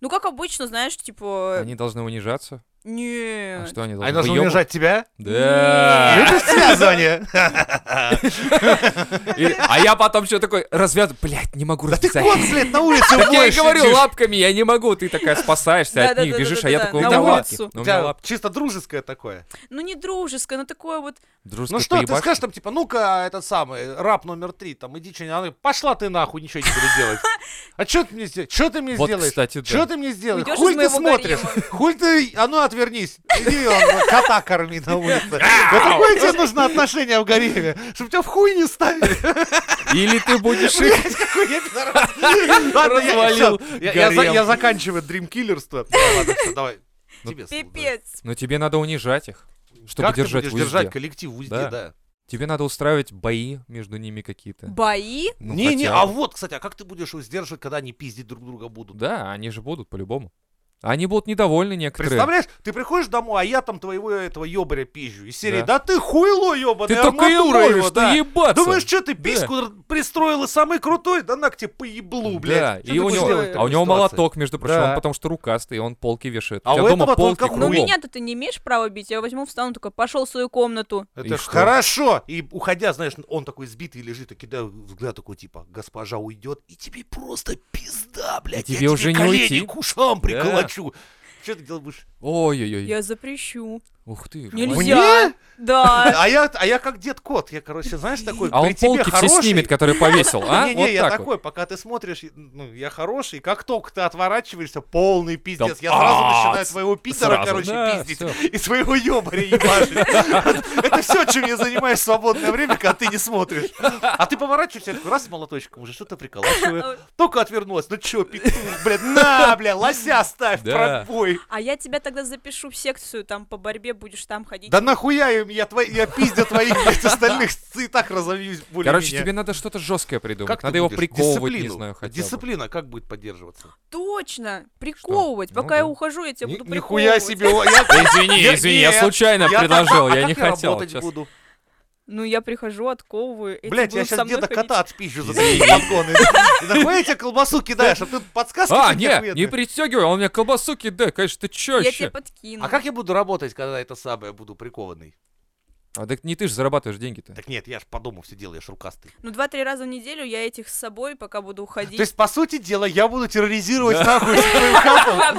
S3: Ну, как обычно, знаешь, типа...
S1: Они должны унижаться. А
S3: Нет.
S1: что они должны?
S2: Они должны
S1: Выёбывать?
S2: унижать тебя?
S1: Да.
S2: Любишь связывание?
S1: И- А я потом что такой развяз... Блять, не могу
S2: Да ты
S1: развязать.
S2: кот, блядь, на улице
S1: Так я и
S2: воешь
S1: говорю,
S2: сидишь.
S1: лапками я не могу. Ты такая спасаешься от них,
S3: Да-да-да-да-да-да,
S1: бежишь, а я такой, у
S3: на
S1: меня лапки.
S3: улицу.
S1: Ну,
S2: У
S1: у меня
S2: тебя
S1: лапки.
S2: чисто дружеское такое.
S3: Ну, не дружеское, ну, такое вот...
S2: Ну
S1: Дружеские
S2: что, ты
S1: поебашки.
S2: скажешь там, типа, ну-ка, этот самый, раб номер три, там, иди что-нибудь, она говорит, пошла ты нахуй, ничего не буду делать. А что ты мне сделаешь? Что ты мне
S1: Вот,
S2: сделаешь?
S1: кстати, да.
S2: Что ты мне сделаешь?
S3: Уйдёшь
S2: Хуй
S3: из
S2: ты
S3: моего
S2: смотришь?
S3: гарема.
S2: Хуй ты, а ну отвернись. Иди он, кота корми на улице. Вот такое тебе нужно отношение в гареме, чтобы тебя в хуй не ставили.
S1: Или ты будешь их...
S2: Блядь, какой я пидорас. Ладно, я-
S1: Развалил
S2: всё, я- я за-
S1: гарем.
S2: Я заканчиваю дримкиллерство. Да, ладно, всё, давай.
S1: Ну,
S2: Тебе слово, да.
S3: Пипец.
S1: Но тебе надо унижать их. Чтобы
S2: Как ты
S1: держать
S2: будешь
S1: в узде.
S2: держать коллектив в узде,
S1: Да.
S2: да.
S1: Тебе надо устраивать бои между ними какие-то.
S3: Бои?
S1: Ну,
S2: Не-не,
S1: хотя
S2: а
S1: бы.
S2: вот, кстати, а как ты будешь его сдерживать, когда они пиздить друг друга будут?
S1: Да, они же будут по-любому. Они будут недовольны некоторые.
S2: Представляешь, ты приходишь домой, а я там твоего этого ёбаря пизжу. И серии, да,
S1: Да.
S2: ты хуйло ёбаный,
S1: ты только и
S2: арматура его,
S1: можешь, что
S2: да.
S1: ебаться.
S2: Думаешь, что ты письку пристроил и самый крутой? Да на к тебе поеблу, блядь.
S1: Да,
S2: Что
S1: и
S2: ты
S1: у
S2: будешь
S1: него,
S2: делать в
S1: а у
S2: такой
S1: него
S2: ситуации?
S1: молоток, между прочим,
S2: Да.
S1: он потому что рукастый, и он полки вешает.
S2: А
S1: у тебя
S2: у
S1: дома
S2: этого
S1: полки
S2: только хуй.
S3: Ну,
S2: Кругом.
S3: меня-то ты не имеешь права бить, я возьму, встану, только пошел в свою комнату.
S2: Это
S1: И
S2: ж
S1: что?
S2: хорошо. И уходя, знаешь, он такой сбитый лежит, и кидаю взгляд такой, типа, госпожа уйдет, и тебе просто пизда, блядь.
S1: тебе
S2: я тебе
S1: уже не
S2: колени
S1: уйти.
S2: к ушам приколочу. Что ты делал будешь?
S1: Ой-ой-ой.
S3: Я запрещу.
S1: Ух ты.
S3: Нельзя.
S1: мать.
S2: Мне?
S3: Да.
S2: А я, а я как дед кот, я короче, знаешь такой.
S1: А
S2: при
S1: он
S2: тебе
S1: полки все
S2: хороший,
S1: снимет, которые повесил, а?
S2: Не-не,
S1: Вот
S2: я
S1: так
S2: такой,
S1: вот.
S2: пока ты смотришь, и, ну, я хороший, как только ты отворачиваешься, полный пиздец.
S1: Да
S2: я сразу
S1: а,
S2: начинаю твоего пидора,
S1: сразу,
S2: короче,
S1: да,
S2: пиздить.
S1: всё.
S2: И своего ёбаря ебашить. Это все, чем я занимаюсь в свободное время, когда ты не смотришь. А ты поворачиваешься, я такой, раз молоточком уже что-то приколачиваю. Только отвернулась, ну чё, петух, блядь, на, бля, лося ставь,
S1: Да.
S2: пробой.
S3: А я тебя тогда запишу в секцию, там по борьбе будешь там ходить.
S2: Да нахуя им, я, твои, я пиздя твоих, блядь, остальных и так разовьюсь более
S1: Короче, тебе надо что-то жесткое придумать.
S2: Как ты
S1: надо его
S2: будешь?
S1: приковывать, не
S2: Дисциплину.
S1: знаю, хотя бы.
S2: Дисциплина как будет поддерживаться?
S3: Точно, приковывать.
S1: Ну
S3: Пока я
S1: да.
S3: ухожу, я тебя
S2: Ни-
S3: буду приковывать.
S2: Нихуя себе. о, я-
S1: Да Извини,
S2: Я-
S1: извини, я
S2: нет,
S1: случайно
S2: я
S1: предложил,
S2: так- а
S1: я
S2: как
S1: не хотел.
S2: работать
S1: сейчас.
S2: буду?
S3: Ну, я прихожу, отковываю. эти
S2: Блять, я
S3: будут со
S2: сейчас
S3: мной
S2: где-то
S3: ходить.
S2: кота отпизжу за такие подгоны. И Нахуя я тебе колбасу кидаешь? А ты подсказки
S1: А,
S2: всякие
S1: нет, не
S2: ответные.
S1: пристегивай, он мне колбасу кидает, конечно, ты чё
S3: Я типа- тебе
S1: вообще?
S3: подкину.
S2: А как я буду работать, когда это самое буду прикованный?
S1: А так не ты же зарабатываешь деньги-то.
S2: Так нет, я ж по дому все делаю, я ж рукастый.
S3: Ну, два-три раза в неделю я этих с собой, пока
S1: А
S3: буду уходить.
S2: То есть, по сути дела, я буду терроризировать нахуй своим хатом.
S1: Да.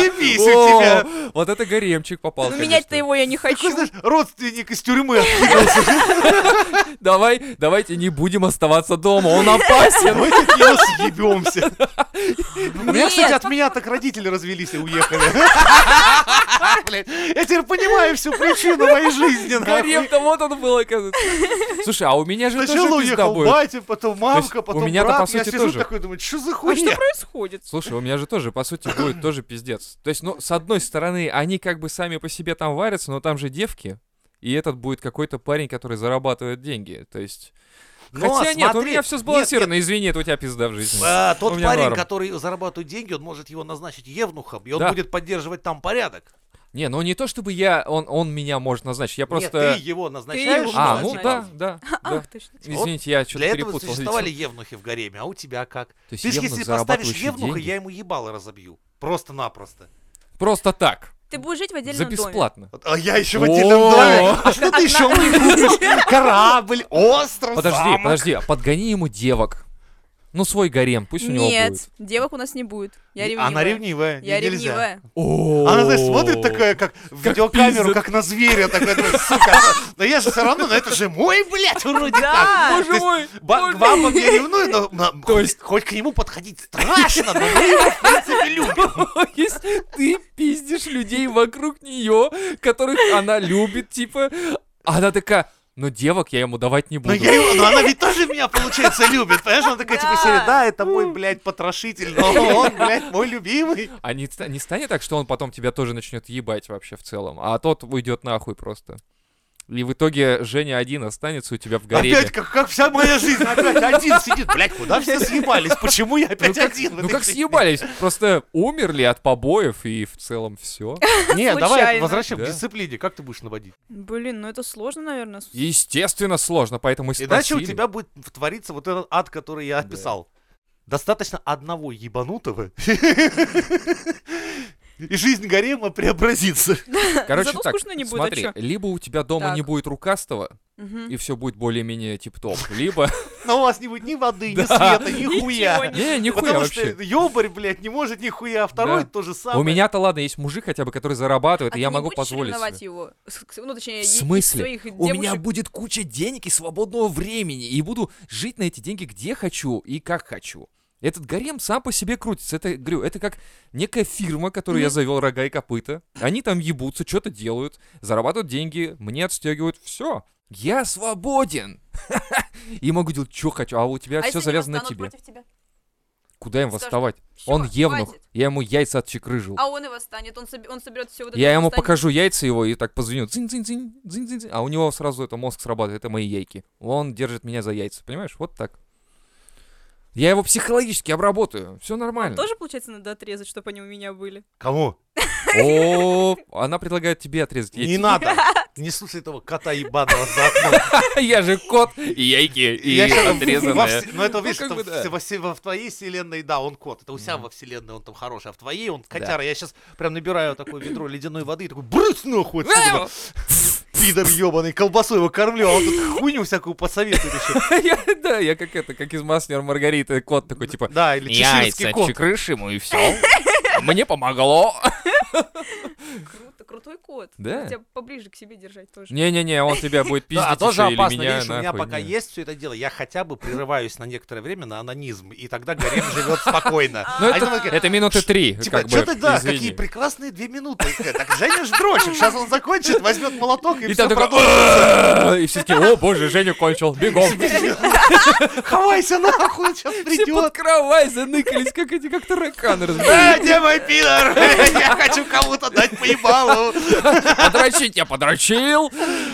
S2: Заебись у
S1: О,
S2: тебя.
S1: Вот это гаремчик попал.
S3: Ну,
S1: конечно.
S3: менять-то его я не
S2: Такой,
S3: хочу. А
S2: знаешь, родственник из тюрьмы откинулся.
S1: Давай, давайте не будем оставаться дома, он опасен.
S2: Давайте от него съебемся. У меня,
S3: Нет.
S2: кстати, от меня так родители развелись и уехали. Блин, Я теперь понимаю всю причину моей жизни. нахуй.
S1: Гарем-то вот он был, оказывается. Слушай, а у меня же
S2: Сначала
S1: тоже пизда
S2: уехал
S1: будет.
S2: батя, потом мамка,
S1: есть у
S2: потом
S1: меня-то,
S2: брат.
S1: по
S2: Я
S1: сути,
S2: сижу
S1: тоже.
S2: такой, думаю, что за
S3: А что
S2: хуйня?
S3: происходит?
S1: Слушай, у меня же тоже, по сути, будет тоже пиздец. То есть, ну, с одной стороны, они как бы сами по себе там варятся, но там же девки. И этот будет какой-то парень, который зарабатывает деньги. То есть...
S2: Но
S1: Хотя нет, у
S2: смотри,
S1: меня все сбалансировано. Извини, это у тебя пизда в жизни.
S2: А,
S1: У
S2: тот
S1: меня
S2: парень,
S1: норм.
S2: который зарабатывает деньги, он может его назначить евнухом, и он
S1: Да.
S2: будет поддерживать там порядок.
S1: Не, ну не то чтобы я... Он, он меня может назначить. Я просто...
S2: Нет, ты его назначаешь.
S3: его
S1: А,
S2: назначаешь.
S1: ну да, да. да.
S3: Ах, точно.
S1: Извините, я что-то
S2: Для этого
S1: перепутал. видите.
S2: существовали евнухи в гареме, а у тебя как?
S1: То есть
S2: ты ж
S1: евнух,
S2: если поставишь
S1: зарабатывающий
S2: евнуха,
S1: деньги.
S2: я ему ебало разобью. Просто-напросто.
S1: Просто так.
S3: Ты будешь жить в
S1: За
S3: отдельном доме.
S1: бесплатно.
S2: Вот, А я еще в отдельном
S1: О.
S2: доме. А что ты еще мне купишь? Корабль, остров,
S1: Подожди,
S2: замок.
S1: подожди, а подгони ему девок. Ну, свой гарем, пусть у него
S3: Нет,
S1: будет. а
S3: девок у нас не будет. Я ревнивая.
S2: Она ревнивая.
S3: Я
S2: не- нельзя.
S3: ревнивая.
S2: Она, знаешь, смотрит такая, как в
S1: Как
S2: видеокамеру,
S1: пиздят.
S2: как на зверя, такая, думает, сука, да я же все равно, но это же мой, блядь, вроде
S3: Да.
S2: как.
S1: Боже
S2: То есть
S1: мой,
S2: ба-
S1: боже
S2: К бабам я ревную, но на- хоть-
S1: есть-
S2: хоть к нему подходить страшно, но мы его, в принципе, любим.
S1: Если ты пиздишь людей вокруг нее, которых она любит, типа, она такая, ну, девок я ему давать не
S2: Но,
S3: Ну,
S1: буду.
S2: я его- но она ведь тоже меня, получается, любит, понимаешь? Она такая, типа,
S3: Да.
S2: серия, да, это мой, блядь, потрошитель, но он, блядь, мой любимый.
S1: А не, ста- не станет так, что он потом тебя тоже начнет ебать вообще в целом, а тот уйдет нахуй просто. И в итоге Женя один останется у тебя в гареме.
S2: Опять, как, как вся моя жизнь, опять один сидит, блядь, куда все съебались, почему я опять один? в
S1: Ну
S2: этой
S1: как
S2: жизни?
S1: съебались? Просто умерли от побоев и в целом все.
S2: Не, давай,
S3: Случайно.
S2: возвращаем к
S1: Да.
S2: дисциплине, как ты будешь наводить?
S3: Блин, ну это сложно, наверное. с-
S1: Естественно, сложно, поэтому и
S2: Иначе у
S1: спросили.
S2: тебя будет твориться вот этот ад, который я описал. Достаточно одного ебанутого, и жизнь гарема преобразится.
S1: Короче,
S3: Зато
S1: так,
S3: скучно не будет, а
S1: смотри,
S3: чё?
S1: либо у тебя дома не
S3: Так.
S1: будет рукастого,
S3: Мгм.
S1: и все будет более-менее тип-топ, либо...
S2: Но у вас не будет ни воды, ни
S1: Да.
S2: света, ни хуя.
S3: Ничего
S1: Не, нихуя
S2: Потому что
S1: вообще.
S2: ёбарь, блядь, не может ни хуя, а второй
S1: Да.
S2: то же самое.
S1: У меня-то, ладно, есть мужик хотя бы, который зарабатывает,
S3: А
S1: и
S3: ты
S1: я
S3: не
S1: могу
S3: будешь
S1: позволить
S3: ревновать
S1: себе.
S3: его? С- с- Ну, точнее,
S1: В
S3: е- из
S1: смысле?
S3: своих
S1: У меня
S3: девушек.
S1: будет куча денег и свободного времени, и буду жить на эти деньги где хочу и как хочу. Этот гарем сам по себе крутится. Это, говорю, это как некая фирма, которую я
S3: Мгм.
S1: завел рога и копыта. Они там ебутся, что-то делают, зарабатывают деньги, мне отстегивают. Все. Я свободен. И могу делать, что хочу, а у тебя
S3: А если
S1: все
S3: они
S1: завязано на
S3: восстанут
S1: тебе.
S3: против тебя?
S1: Куда им
S3: Скажут,
S1: восставать?
S3: «Всё,
S1: Он евнух.
S3: хватит».
S1: Я ему яйца отчекрыжил.
S3: А он и восстанет, он, соб- он соберет все вот это.
S1: Я
S3: он
S1: ему
S3: восстанет.
S1: покажу яйца его и так позвоню. Цинь-цинь-цинь, цинь-цинь-цинь. А у него сразу это мозг срабатывает. Это мои яйки. Он держит меня за яйца, понимаешь? Вот так. Я его психологически обработаю. Все нормально.
S3: Тоже, получается, надо отрезать, чтобы они у меня были.
S2: Кому?
S1: О, она предлагает тебе отрезать
S2: Не
S1: яйца.
S2: надо. Не слушай этого кота ебаного за окном.
S1: Я же кот, и яйки, и
S2: Я щас- во
S1: отрезанные.
S2: вс- Ну, это,
S1: Ну,
S2: видишь,
S1: как
S2: это
S1: бы
S2: в-
S1: да.
S2: во все- во в твоей вселенной, да, он кот. Это у себя во вселенной он там хороший, а в твоей он котяра. Я сейчас прям набираю такое ведро ледяной воды и такой, брысь нахуй отсюда, пидор ебаный, колбасу его кормлю, а он тут хуйню всякую посоветует еще.
S1: Я- Да, я как это, как из Маснера Маргариты, кот такой, типа,
S2: Да, или чеширский кот.
S1: чекрыш ему и все. Мне помогло.
S3: Круто, крутой кот.
S1: Да.
S3: Хотя бы поближе к себе держать тоже.
S1: Не-не-не, он тебя будет пиздить
S2: Да, а тоже
S1: ещё или
S2: опасно,
S1: меня,
S2: видишь, у меня
S1: нахуй,
S2: пока
S1: не.
S2: есть все это дело, я хотя бы прерываюсь на некоторое время на анонизм, и тогда гарем живет спокойно. А
S1: Ну,
S2: Они
S1: это,
S2: там такие,
S1: это минуты три,
S2: Типа,
S1: как
S2: что
S1: бы,
S2: ты, да,
S1: извини.
S2: какие прекрасные две минуты. Так Женя ж дрочит, сейчас он закончит, возьмет молоток и,
S1: И
S2: все
S1: там такой, «Ааа!» и все такие, о боже, Женя кончил, бегом.
S2: Хавайся нахуй, сейчас
S1: Все под
S2: придет.
S1: кровать заныкались, как эти, как тараканы. разбежались.
S2: «Э, где мой пидор? Я хочу кому-то дать поебалу.
S1: Подрочить я подрочил,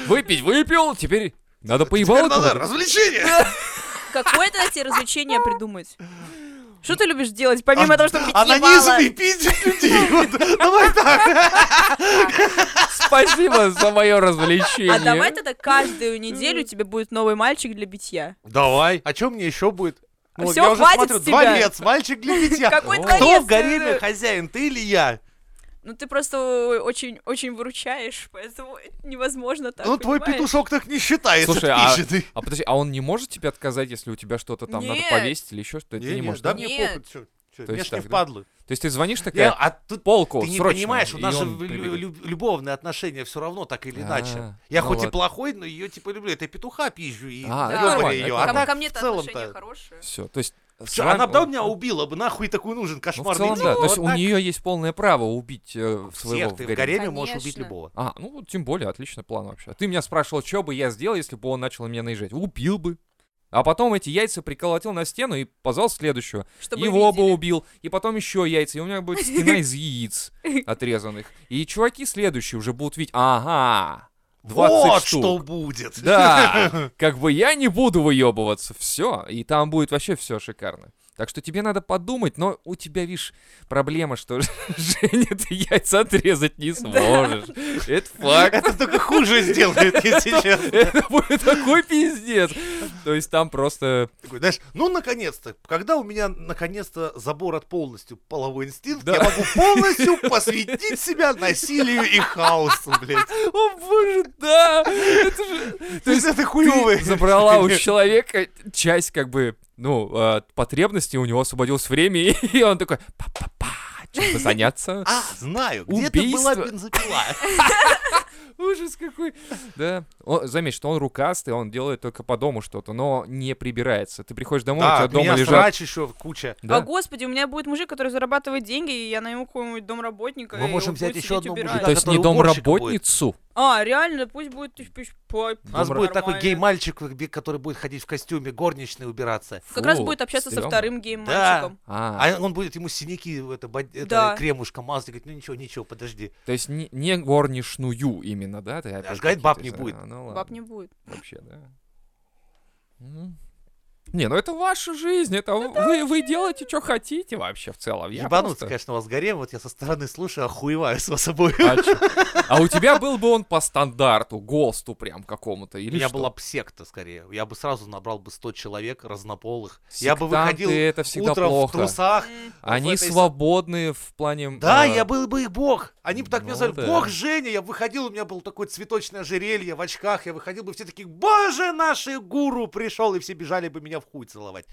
S1: выпить выпил, теперь надо
S2: Теперь
S1: поебало.
S2: надо
S1: кого-то.
S2: развлечение.
S3: Какое то тебе развлечение придумать? Что ты любишь делать,
S2: А
S3: помимо того, чтобы пить
S2: Анонизм
S3: ебало?
S2: и пиздить людей. Вот, Давай так.
S1: Спасибо за мое развлечение.
S3: А давай тогда каждую неделю тебе будет новый мальчик для битья.
S2: Давай. А что мне еще будет?
S3: А
S2: Ну,
S3: всё,
S2: я уже
S3: хватит
S2: смотрю,
S3: с
S2: два
S3: тебя.
S2: лет, мальчик для битья.
S3: Какой
S1: О.
S3: творец?
S2: Кто в
S3: ты?
S2: гареме хозяин, ты или я?
S3: Ну ты просто очень, очень выручаешь, поэтому невозможно так.
S2: Ну, твой
S3: понимаешь?
S2: петушок так не считается,
S1: Слушай, а-
S2: пиженый.
S1: А подожди, а он не может тебе отказать, если у тебя что-то там надо
S3: Нет.
S1: повесить или еще что-то? Это не
S2: Не-не,
S1: может,
S2: да
S1: да?
S2: мне
S3: Нет.
S2: похуй, чё- чё,
S1: То
S2: Мне
S1: есть
S2: ж не
S1: так, да?
S2: впадлу.
S1: То есть ты звонишь такая,
S2: Я- А тут
S1: полку
S2: Ты не
S1: срочно,
S2: понимаешь, у
S1: и
S2: нас же
S1: он
S2: в- лю-
S1: прибегает.
S2: лю- любовные отношения все равно так или
S1: А,
S2: иначе. Я
S1: ну
S2: хоть и
S1: ладно.
S2: плохой, но ее типа люблю. Это петуха пизжу и
S1: А, это
S2: ёбарь
S1: нормально, это
S2: её. А
S1: нормально.
S3: Ко,
S2: так
S3: ко мне-то
S2: в целом-то-
S3: отношения хорошие.
S1: Все, то есть... с
S2: Всё,
S1: вами
S2: она бы давно
S1: он-
S2: меня убила бы, нахуй такой нужен
S1: Ну, в
S2: кошмарный
S1: целом,
S2: день.
S1: да. То
S2: Вот
S1: есть у
S2: так.
S1: нее есть полное право убить э, своего
S2: Всех ты
S1: в
S2: в
S1: гареме.
S2: гареме можешь убить
S3: Конечно.
S2: любого.
S1: А, ну, тем более, отличный план вообще. Ты меня спрашивал, что бы я сделал, если бы он начал на меня наезжать? Убил бы. А потом эти яйца приколотил на стену и позвал следующего.
S3: Чтобы
S1: Его
S3: видели.
S1: бы убил. И потом еще яйца. И у меня будет стена из яиц отрезанных. И чуваки следующие уже будут видеть. Ага. 20 штук.
S2: Вот что будет.
S1: Да, как бы я не буду выебываться, все, и там будет вообще все шикарно. Так что тебе надо подумать, но у тебя, видишь, проблема, что Женя ты яйца отрезать не сможешь. Это факт.
S2: Это только хуже сделает, если честно.
S1: Это будет такой пиздец. То есть там просто...
S2: Такой, Знаешь, ну наконец-то, когда у меня наконец-то забор от полностью половой инстинкт,
S1: Да.
S2: я могу полностью посвятить себя насилию и хаосу, блядь.
S1: О боже, да! Это же...
S2: То есть это хуёвый.
S1: Ты забрала у человека часть, как бы, ну, э, потребности, у него освободилось время, и он такой, па-па-па, чем бы заняться?
S2: А, знаю, где-то
S1: Убийство.
S2: была бензопила.
S1: Ужас какой. Да. О, заметь, что он рукастый, он делает только по дому что-то, но не прибирается. Ты приходишь домой, у тебя
S2: от меня
S1: дома лежат...
S2: срач еще куча.
S1: Да.
S3: А господи, у меня будет мужик, который зарабатывает деньги, и я найму какого-нибудь домработника.
S2: Мы
S3: и
S2: можем
S3: он будет
S2: взять еще
S3: сидеть
S2: одного
S3: убирать.
S2: мужика.
S1: То есть не
S2: который уборщиком
S1: домработницу?
S3: А, реально, пусть будет тысяч- пусть по-
S2: У нас будет такой
S3: нормально.
S2: гей-мальчик, который будет ходить в костюме горничной убираться.
S3: Как
S1: Фу,
S3: раз будет общаться со
S1: стрёмно.
S3: вторым геем
S2: Да.
S3: мальчиком.
S1: А,
S2: А он будет ему синяки, это, бод- это,
S3: Да.
S2: кремушка мазать, и говорит, ну ничего, ничего, подожди.
S1: то есть не, не горничную именно, да? Ты опять
S2: говорит, баб
S1: какие-то-
S2: не будет.
S1: А, ну ладно,
S3: Баб не будет.
S1: Вообще, да. М. Не, ну это ваша жизнь, это
S3: Ну
S1: вы, вы делаете, что хотите вообще в целом. Я
S2: Ебануться,
S1: просто-
S2: конечно, у вас горем, вот я со стороны слушаю, охуеваю с вас обоих.
S1: А, чё? А у тебя был бы он по стандарту, ГОСТу прям какому-то,
S2: У
S1: или
S2: меня
S1: что?
S2: была бы секта скорее. Я бы сразу набрал бы 100 человек разнополых. я бы
S1: Сектанты
S2: выходил
S1: это всегда
S2: утром
S1: плохо.
S2: в трусах.
S3: М,
S2: А в этой
S1: Они
S2: с-
S1: свободны в плане...
S2: Да,
S1: а,
S2: я был бы их бог. Они бы так меня
S1: ну
S2: звали.
S1: да.
S2: Бог Женя. Я выходил, у меня было такое цветочное ожерелье в очках. Я выходил бы, все такие, боже, наш гуру пришел. И все бежали бы меня в хуй целовать.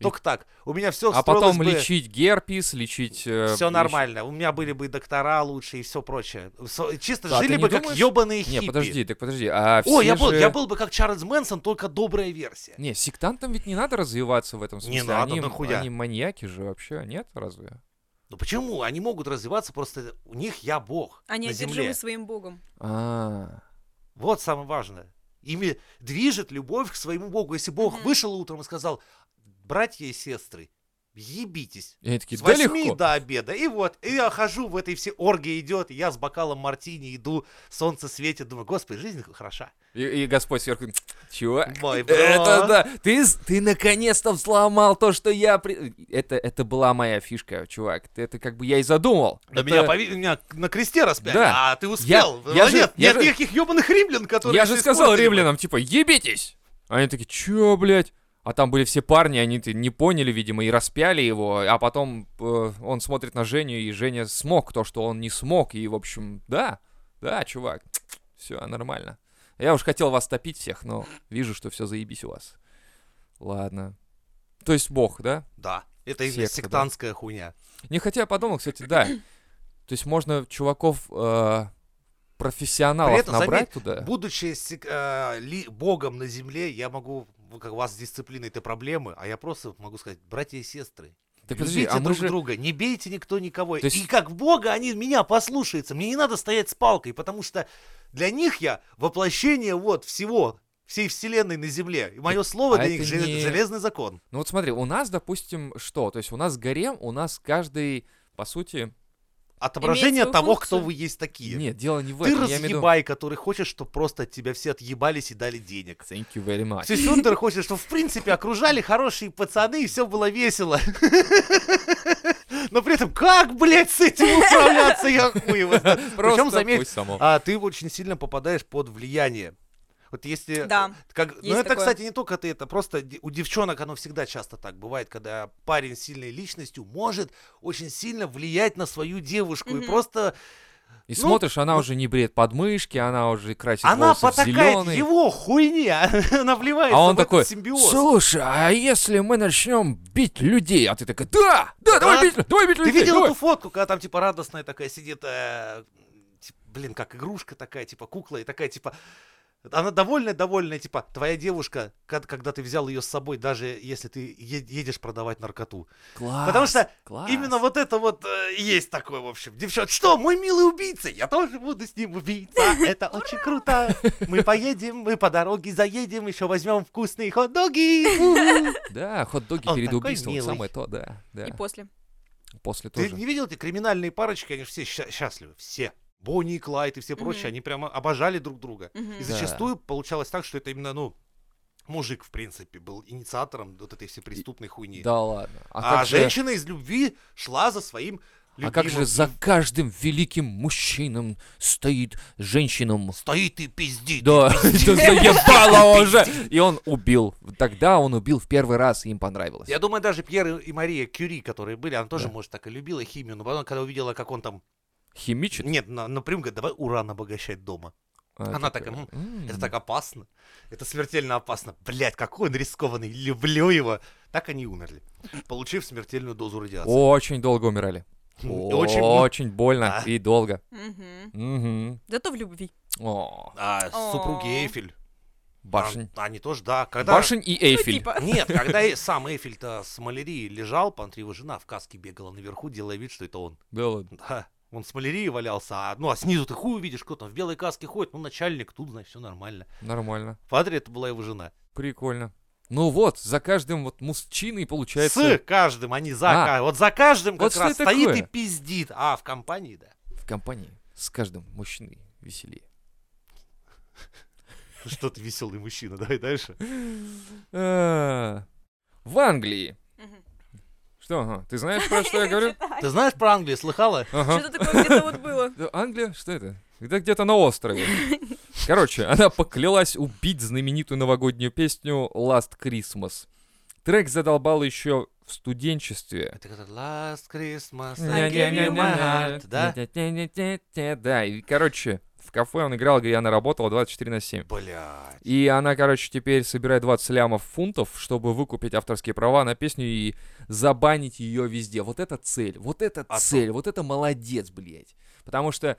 S1: И-
S2: Только так. У меня все
S1: А потом лечить герпес, лечить...
S2: Все нормально. У меня были бы и доктора лучше и все прочее. Со- Чисто
S1: Да, ты
S2: жили
S1: не
S2: бы как
S1: думаешь?
S2: ебаные хиппи.
S1: Не, подожди, так подожди, а
S2: О,
S1: все
S2: я был,
S1: же-
S2: я был бы как Чарльз Мэнсон, только добрая версия.
S1: Не, сектантам ведь не надо развиваться в этом смысле.
S2: надо,
S1: они,
S2: нахуя?
S1: они маньяки же вообще, нет, разве?
S2: Ну почему? Они могут развиваться, просто у них я бог
S3: Они
S2: на земле.
S3: одержимы своим богом.
S1: А,
S2: Вот самое важное. Ими движет любовь к своему богу. Если бог
S3: Мгм.
S2: вышел утром и сказал, братья и сестры, ебитесь.
S1: И они такие,
S2: с
S1: да
S2: 8
S1: легко.
S2: до обеда. И вот, и я хожу в этой все оргии идет, я с бокалом мартини иду, солнце светит, думаю, господи, жизнь хороша.
S1: И, и Господь сверху, говорит, чувак,
S2: Мой
S1: это
S2: бро.
S1: да, ты, с- ты наконец-то взломал то, что я... при- Это, это была моя фишка, чувак, ты- это как бы я и задумал.
S2: Да
S1: Это-
S2: меня, пови- меня на кресте распяли,
S1: Да.
S2: а ты успел.
S1: я
S2: Ну,
S1: же-
S2: нет,
S1: я
S2: нет
S1: же-
S2: никаких ебаных римлян, которые...
S1: Я
S2: это
S1: же сказал
S2: испортили бы.
S1: римлянам, типа, ебитесь! Они такие, чё, блядь? А там были все парни, они ты не поняли, видимо, и распяли его, а потом э, он смотрит на Женю, и Женя смог то, что он не смог, и, в общем, да, да, чувак, все нормально. Я уж хотел вас топить всех, но вижу, что все заебись у вас. Ладно. То есть бог, да?
S2: Да, это и
S1: Секта,
S2: есть сектантская хуйня.
S1: Не хотя я подумал, кстати, да. То есть можно чуваков э, профессионалов
S2: При этом,
S1: набрать
S2: заметь,
S1: туда.
S2: Будучи сек- э, ли- богом на земле, я могу... ну, Как у вас с дисциплиной-то проблемы, а я просто могу сказать, братья и сестры,
S1: Так подожди,
S2: Любите
S1: а мы
S2: друг
S1: же-
S2: друга, не бейте никто никого.
S1: То есть-
S2: И как Бога они меня послушаются. Мне не надо стоять с палкой, потому что для них я воплощение вот всего, всей вселенной на земле. И мое слово
S1: а
S2: для
S1: это
S2: них же-
S1: не-
S2: железный закон.
S1: Ну вот смотри, у нас, допустим, что? То есть у нас гарем, у нас каждый, по сути...
S2: Отображение
S3: свою
S2: того,
S3: функцию.
S2: кто вы есть такие.
S1: Нет, дело не в
S2: Ты
S1: этом. Я имею в виду...
S2: разъебай, который хочет, чтобы просто от тебя все отъебались и дали денег.
S1: Thank you very much.
S2: Сюсюндер хочет, чтобы в принципе окружали хорошие пацаны и все было весело. Но при этом, как, блядь, с этим управляться, я хуй его знаю.
S1: Просто
S2: Причем, заметь,
S1: пусть само.
S2: А ты очень сильно попадаешь под влияние. Вот если...
S3: Да,
S2: Как, ну
S3: есть
S2: это,
S3: такое.
S2: кстати, не только ты, это просто де- у девчонок оно всегда часто так бывает, когда парень с сильной личностью может очень сильно влиять на свою девушку и
S3: Мгм.
S2: просто
S1: И
S2: ну,
S1: смотришь, она
S2: ну-
S1: уже не бреет подмышки, она уже красит
S2: она
S1: волосы в
S2: потакает
S1: зеленый.
S2: его хуйне, она вливается
S1: А
S2: в
S1: он
S2: этот
S1: такой,
S2: симбиоз.
S1: слушай, а если мы начнем бить людей? А ты такая, да, да, давай
S2: Да.
S1: бить, давай бить
S2: Ты
S1: людей,
S2: видел
S1: давай».
S2: эту фотку, когда там типа радостная такая сидит, э, тип- блин, как игрушка такая, типа кукла и такая типа. Она довольная, довольная, типа, твоя девушка, кад- когда ты взял ее с собой, даже если ты е- едешь продавать наркоту.
S1: Класс,
S2: Потому что
S1: класс.
S2: именно вот это вот э, есть такое, в общем. Девчонки, что, мой милый убийца, я тоже буду с ним убийца, это очень круто. Мы поедем, мы по дороге заедем, еще возьмем вкусные хот-доги. У-у.
S1: Да, хот-доги
S2: Он
S1: перед
S2: такой
S1: убийством,
S2: милый.
S1: самое то, да, да.
S3: и после.
S1: После
S2: Ты
S1: тоже.
S2: не видел эти криминальные парочки, они же все ща- счастливы, все. Бонни и Клайд и все прочие,
S3: Мгм.
S2: они прямо обожали друг друга.
S3: Мгм.
S2: И
S1: Да.
S2: зачастую получалось так, что это именно, ну, мужик, в принципе, был инициатором вот этой всей преступной хуйни.
S1: Да ладно.
S2: А,
S1: как же-
S2: женщина из любви шла за своим
S1: А
S2: любимым.
S1: как же за каждым великим мужчином стоит женщина?
S2: Стоит и пиздит.
S1: Да, это заебало уже! И он убил. Тогда он убил в первый раз, и им понравилось.
S2: Я думаю, даже Пьер и Мария Кюри, которые были, она тоже,
S1: Да.
S2: может, так и любила химию, но потом, когда увидела, как он там...
S1: Химичит?
S2: Нет, на- напрямую говорит, давай уран обогащать дома.
S1: А,
S2: она
S1: такая,
S2: такая,
S1: «М,
S2: Это так опасно. Это смертельно опасно. Блять, какой он рискованный. Люблю его. Так они и умерли, получив смертельную дозу радиации.
S1: Очень долго умирали.
S2: И
S1: Очень больно
S2: Да.
S1: и долго.
S3: Мгм.
S1: Мгм.
S3: Зато в любви.
S1: О,
S2: А супруги
S3: О.
S2: Эйфель.
S1: Башень.
S2: а, Они тоже, да. Когда...
S1: Башень и
S3: Ну,
S1: Эйфель.
S3: типа.
S2: Нет, когда и сам Эйфель-то с малярией лежал, Пантриева жена в каске бегала наверху, делая вид, что это он.
S1: Да ладно.
S2: Да, он с малярией валялся, а, ну а снизу ты хуй увидишь, кто там в белой каске ходит, ну начальник, тут, значит, все нормально.
S1: Нормально.
S2: Падре это была его жена.
S1: Прикольно. Ну вот, за каждым вот мужчиной
S2: С
S1: получается...
S2: каждым, а не за
S1: А.
S2: ка- Вот за каждым
S1: Вот
S2: как
S1: что
S2: раз
S1: это
S2: стоит
S1: такое?
S2: и пиздит. А, в компании, да.
S1: В компании с каждым мужчиной веселее.
S2: Что ты веселый мужчина, давай дальше.
S1: А, В Англии.
S3: Мгм.
S1: Что, ага, ты знаешь, про что я говорю?
S2: Ты знаешь про Англию, слыхала?
S1: Ага.
S3: Что-то такое где-то вот было.
S1: Да, Англия? Что это? Это где-то на острове. Короче, она поклялась убить знаменитую новогоднюю песню Last Christmas. Трек задолбал еще в студенчестве.
S2: Это как Last Christmas, I gave you my heart, да?
S1: Да, да, и, короче, в кафе он играл, где она работала 24 на 7.
S2: Блядь.
S1: И она, короче, теперь собирает 20 лямов фунтов, чтобы выкупить авторские права на песню и забанить ее везде. Вот это цель, вот это
S2: А то-
S1: цель, вот это молодец, блядь. Потому что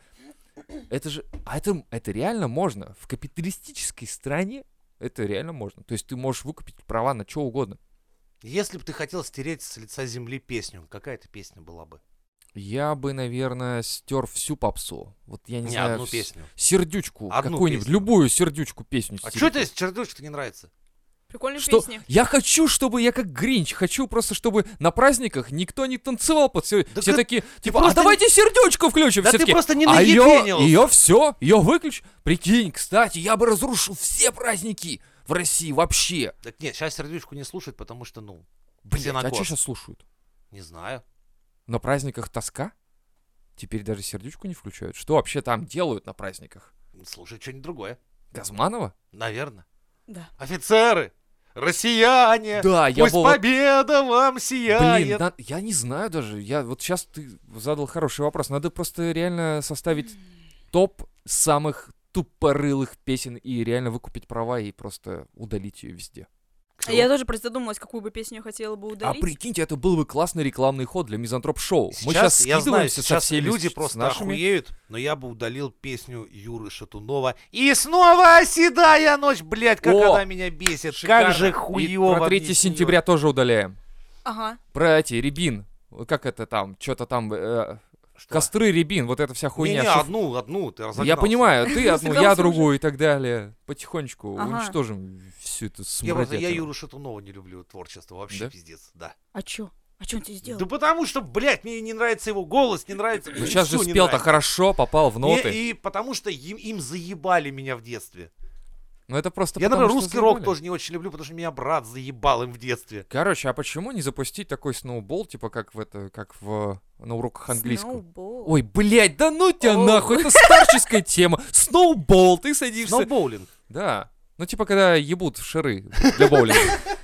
S1: это же... А это, это реально можно. В капиталистической стране это реально можно. То есть ты можешь выкупить права на что угодно.
S2: Если бы ты хотел стереть с лица земли песню, какая это песня была бы?
S1: Я бы, наверное, стер всю попсу. Вот я не,
S2: Не,
S1: знаю...
S2: одну
S1: вс-
S2: песню.
S1: Сердючку
S2: Одну
S1: какую-нибудь,
S2: песню.
S1: любую сердючку песню.
S2: А
S1: стереть.
S2: что тебе чердочек не нравится?
S3: Прикольные
S1: Что?
S3: песни.
S1: Я хочу, чтобы я как Гринч, хочу просто, чтобы на праздниках никто не танцевал под все,
S2: Да
S1: все
S2: ты-
S1: такие, типа,
S2: просто
S1: а давайте сердечко включим,
S2: Да
S1: все
S2: ты
S1: такие,
S2: просто не
S1: а ее,
S2: наебенил.
S1: ее все, ее выключ. Прикинь, кстати, я бы разрушил все праздники в России вообще.
S2: Так нет, сейчас сердючку не слушать, потому что, ну,
S1: Блин, а
S2: Синагог.
S1: что сейчас слушают?
S2: не знаю.
S1: На праздниках тоска? Теперь даже сердючку не включают. Что вообще там делают на праздниках?
S2: Слушай что-нибудь другое.
S1: Газманова?
S2: Наверное.
S3: Да.
S2: Офицеры! Россияне!
S1: Да, я
S2: Э, Пусть
S1: был... вот-
S2: победа вам сияет!
S1: Блин, на- я не знаю даже. Я вот сейчас ты задал хороший вопрос. Надо просто реально составить топ самых тупорылых песен и реально выкупить права и просто удалить ее везде.
S2: Всё.
S3: Я тоже просто задумалась, какую бы песню я хотела бы удалить.
S1: А прикиньте, это был бы классный рекламный ход для мизантроп шоу. Мы сейчас
S2: Сейчас, я
S1: скидываемся
S2: знаю,
S1: со
S2: сейчас
S1: всеми
S2: люди
S1: с- с
S2: просто
S1: нашими.
S2: охуеют, но я бы удалил песню Юры Шатунова. И снова седая ночь, блядь, как
S1: О!
S2: она меня бесит.
S1: Шикарно.
S2: Как же
S1: И
S2: хуёво.
S1: Про
S2: мне
S1: 3
S2: с неё.
S1: сентября тоже удаляем.
S3: Ага.
S1: Про эти рябин. Как это там? Что-то там. э,
S2: Что? а
S1: костры рябин. Вот эта вся
S2: Не,
S1: хуйня.
S2: не,
S1: Шиф-
S2: одну, одну, ты разогнался.
S1: Я понимаю, ты одну, я
S3: Разогнался
S1: другую и так далее. Потихонечку
S3: Ага.
S1: уничтожим всю эту
S2: Я, просто, я
S1: смородятину.
S2: Юру Шатунова не люблю творчество, вообще
S1: Да?
S2: пиздец, да.
S3: А чё? А чё он тебе сделал?
S2: Да потому что, блядь, мне не нравится его голос, не нравится...
S1: Ну сейчас же
S2: всё не
S1: спел-то
S2: нравится.
S1: хорошо, попал в
S2: И-
S1: ноты.
S2: И, потому что им, им заебали меня в детстве.
S1: Но Ну, это просто
S2: я,
S1: потому,
S2: например,
S1: что
S2: русский рок
S1: заебали.
S2: тоже не очень люблю, потому что меня брат заебал им в детстве.
S1: Короче, а почему не запустить такой сноубол, типа как в это, как в на уроках английского?
S3: Сноубол.
S1: Ой, блядь, да ну тебя
S3: Оу.
S1: нахуй, это старческая тема. Сноубол, ты садишься.
S2: Сноубоулинг.
S1: Да. Ну, типа, когда ебут в шары для боулинга.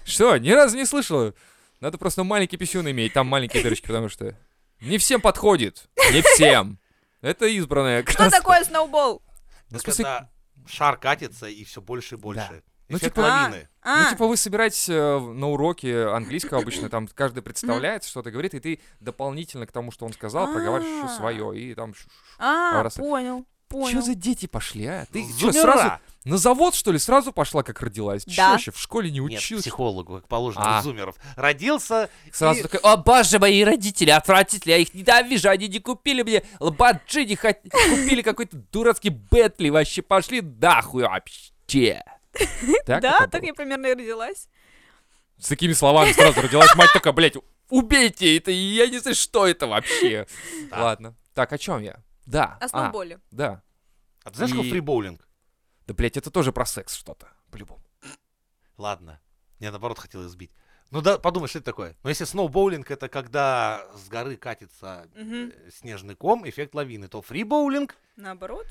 S1: Что, ни разу не слышала? Надо просто маленький писюн иметь, там маленькие дырочки, потому что не всем подходит. Не всем. Это избранная
S3: Что
S1: крас-
S3: такое сноубол?
S1: Ну, в
S2: Это
S1: смысле,
S2: когда шар катится и все больше и больше.
S1: Ну,
S2: Эффект
S1: типа-
S2: лавины.
S3: А,
S1: Ну, типа, вы собираетесь э, в- на уроке английского обычно, там каждый представляет, что-то говорит, и ты дополнительно к тому, что он сказал, проговариваешь еще
S3: А.
S1: свое, и там...
S3: а,
S1: а раз-
S3: понял, понял.
S1: Что за дети пошли, а? Ты
S2: Ну,
S1: чё,
S2: зумера.
S1: сразу на завод, что ли, сразу пошла, как родилась? Чё
S3: Да.
S1: вообще, в школе не
S2: Нет,
S1: училась?
S2: психологу, как положено,
S1: А.
S2: у зумеров. Родился,
S1: Сразу
S2: И-
S1: такой, о боже, мои родители отвратители, я их ненавижу, они не купили мне лбаджи, не хот- купили какой-то дурацкий Бентли, вообще пошли нахуй вообще. Так
S3: Да,
S1: это
S3: так
S1: было?
S3: я примерно и родилась.
S1: С такими словами сразу родилась мать такая, блядь, убейте это, я не знаю, что это вообще.
S2: Да.
S1: Ладно, так, о чем я? Да.
S3: О
S1: а,
S3: сноуболе.
S1: Да.
S2: а ты знаешь,
S1: И-
S2: какой фрибоулинг?
S1: Да, блядь, это тоже про секс что-то, по-любому.
S2: Ладно, я наоборот хотел избить. Ну да, подумай, что это такое. Но если сноубоулинг это когда с горы катится
S3: Мгм.
S2: э, снежный ком, эффект лавины, то фрибоулинг...
S3: Наоборот?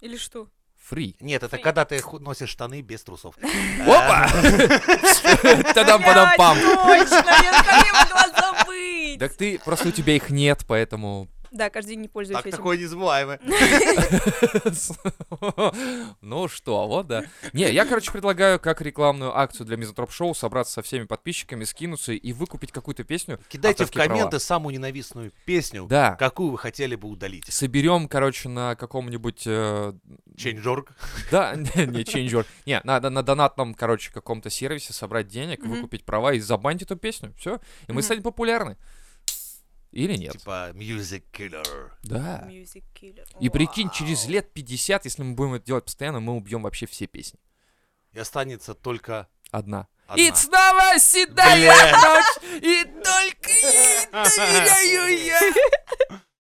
S3: Или что?
S1: Фри.
S2: Нет, это
S3: Фри.
S2: когда ты ху- носишь штаны без трусов.
S1: Опа! тадам падам пам
S3: Я точно, я как я могла забыть?
S1: Так ты, просто у тебя их нет, поэтому
S3: Да, каждый день не пользуюсь
S2: Так,
S3: этим.
S2: такое незабываемое.
S1: Ну что, вот да. Не, я, короче, предлагаю как рекламную акцию для Мизантроп Шоу собраться со всеми подписчиками, скинуться и выкупить какую-то песню.
S2: Кидайте в
S1: Авторские права.
S2: комменты самую ненавистную песню,
S1: Да.
S2: какую вы хотели бы удалить.
S1: Соберем, короче, на каком-нибудь... э,
S2: Change.org.
S1: да, не, Change.org. Не, надо на донатном, короче, каком-то сервисе собрать денег,
S3: Мгм.
S1: выкупить права и забанить эту песню. Все. И мы
S3: Мгм.
S1: станем популярны. Или нет.
S2: Типа Music Killer.
S1: Да.
S3: Music Killer.
S1: И прикинь, через
S3: Вау.
S1: лет 50, если мы будем это делать постоянно, мы убьем вообще все песни.
S2: И останется только
S1: Одна.
S2: одна.
S1: И снова седая
S2: Блядь.
S1: ночь, и только ей доверяю я.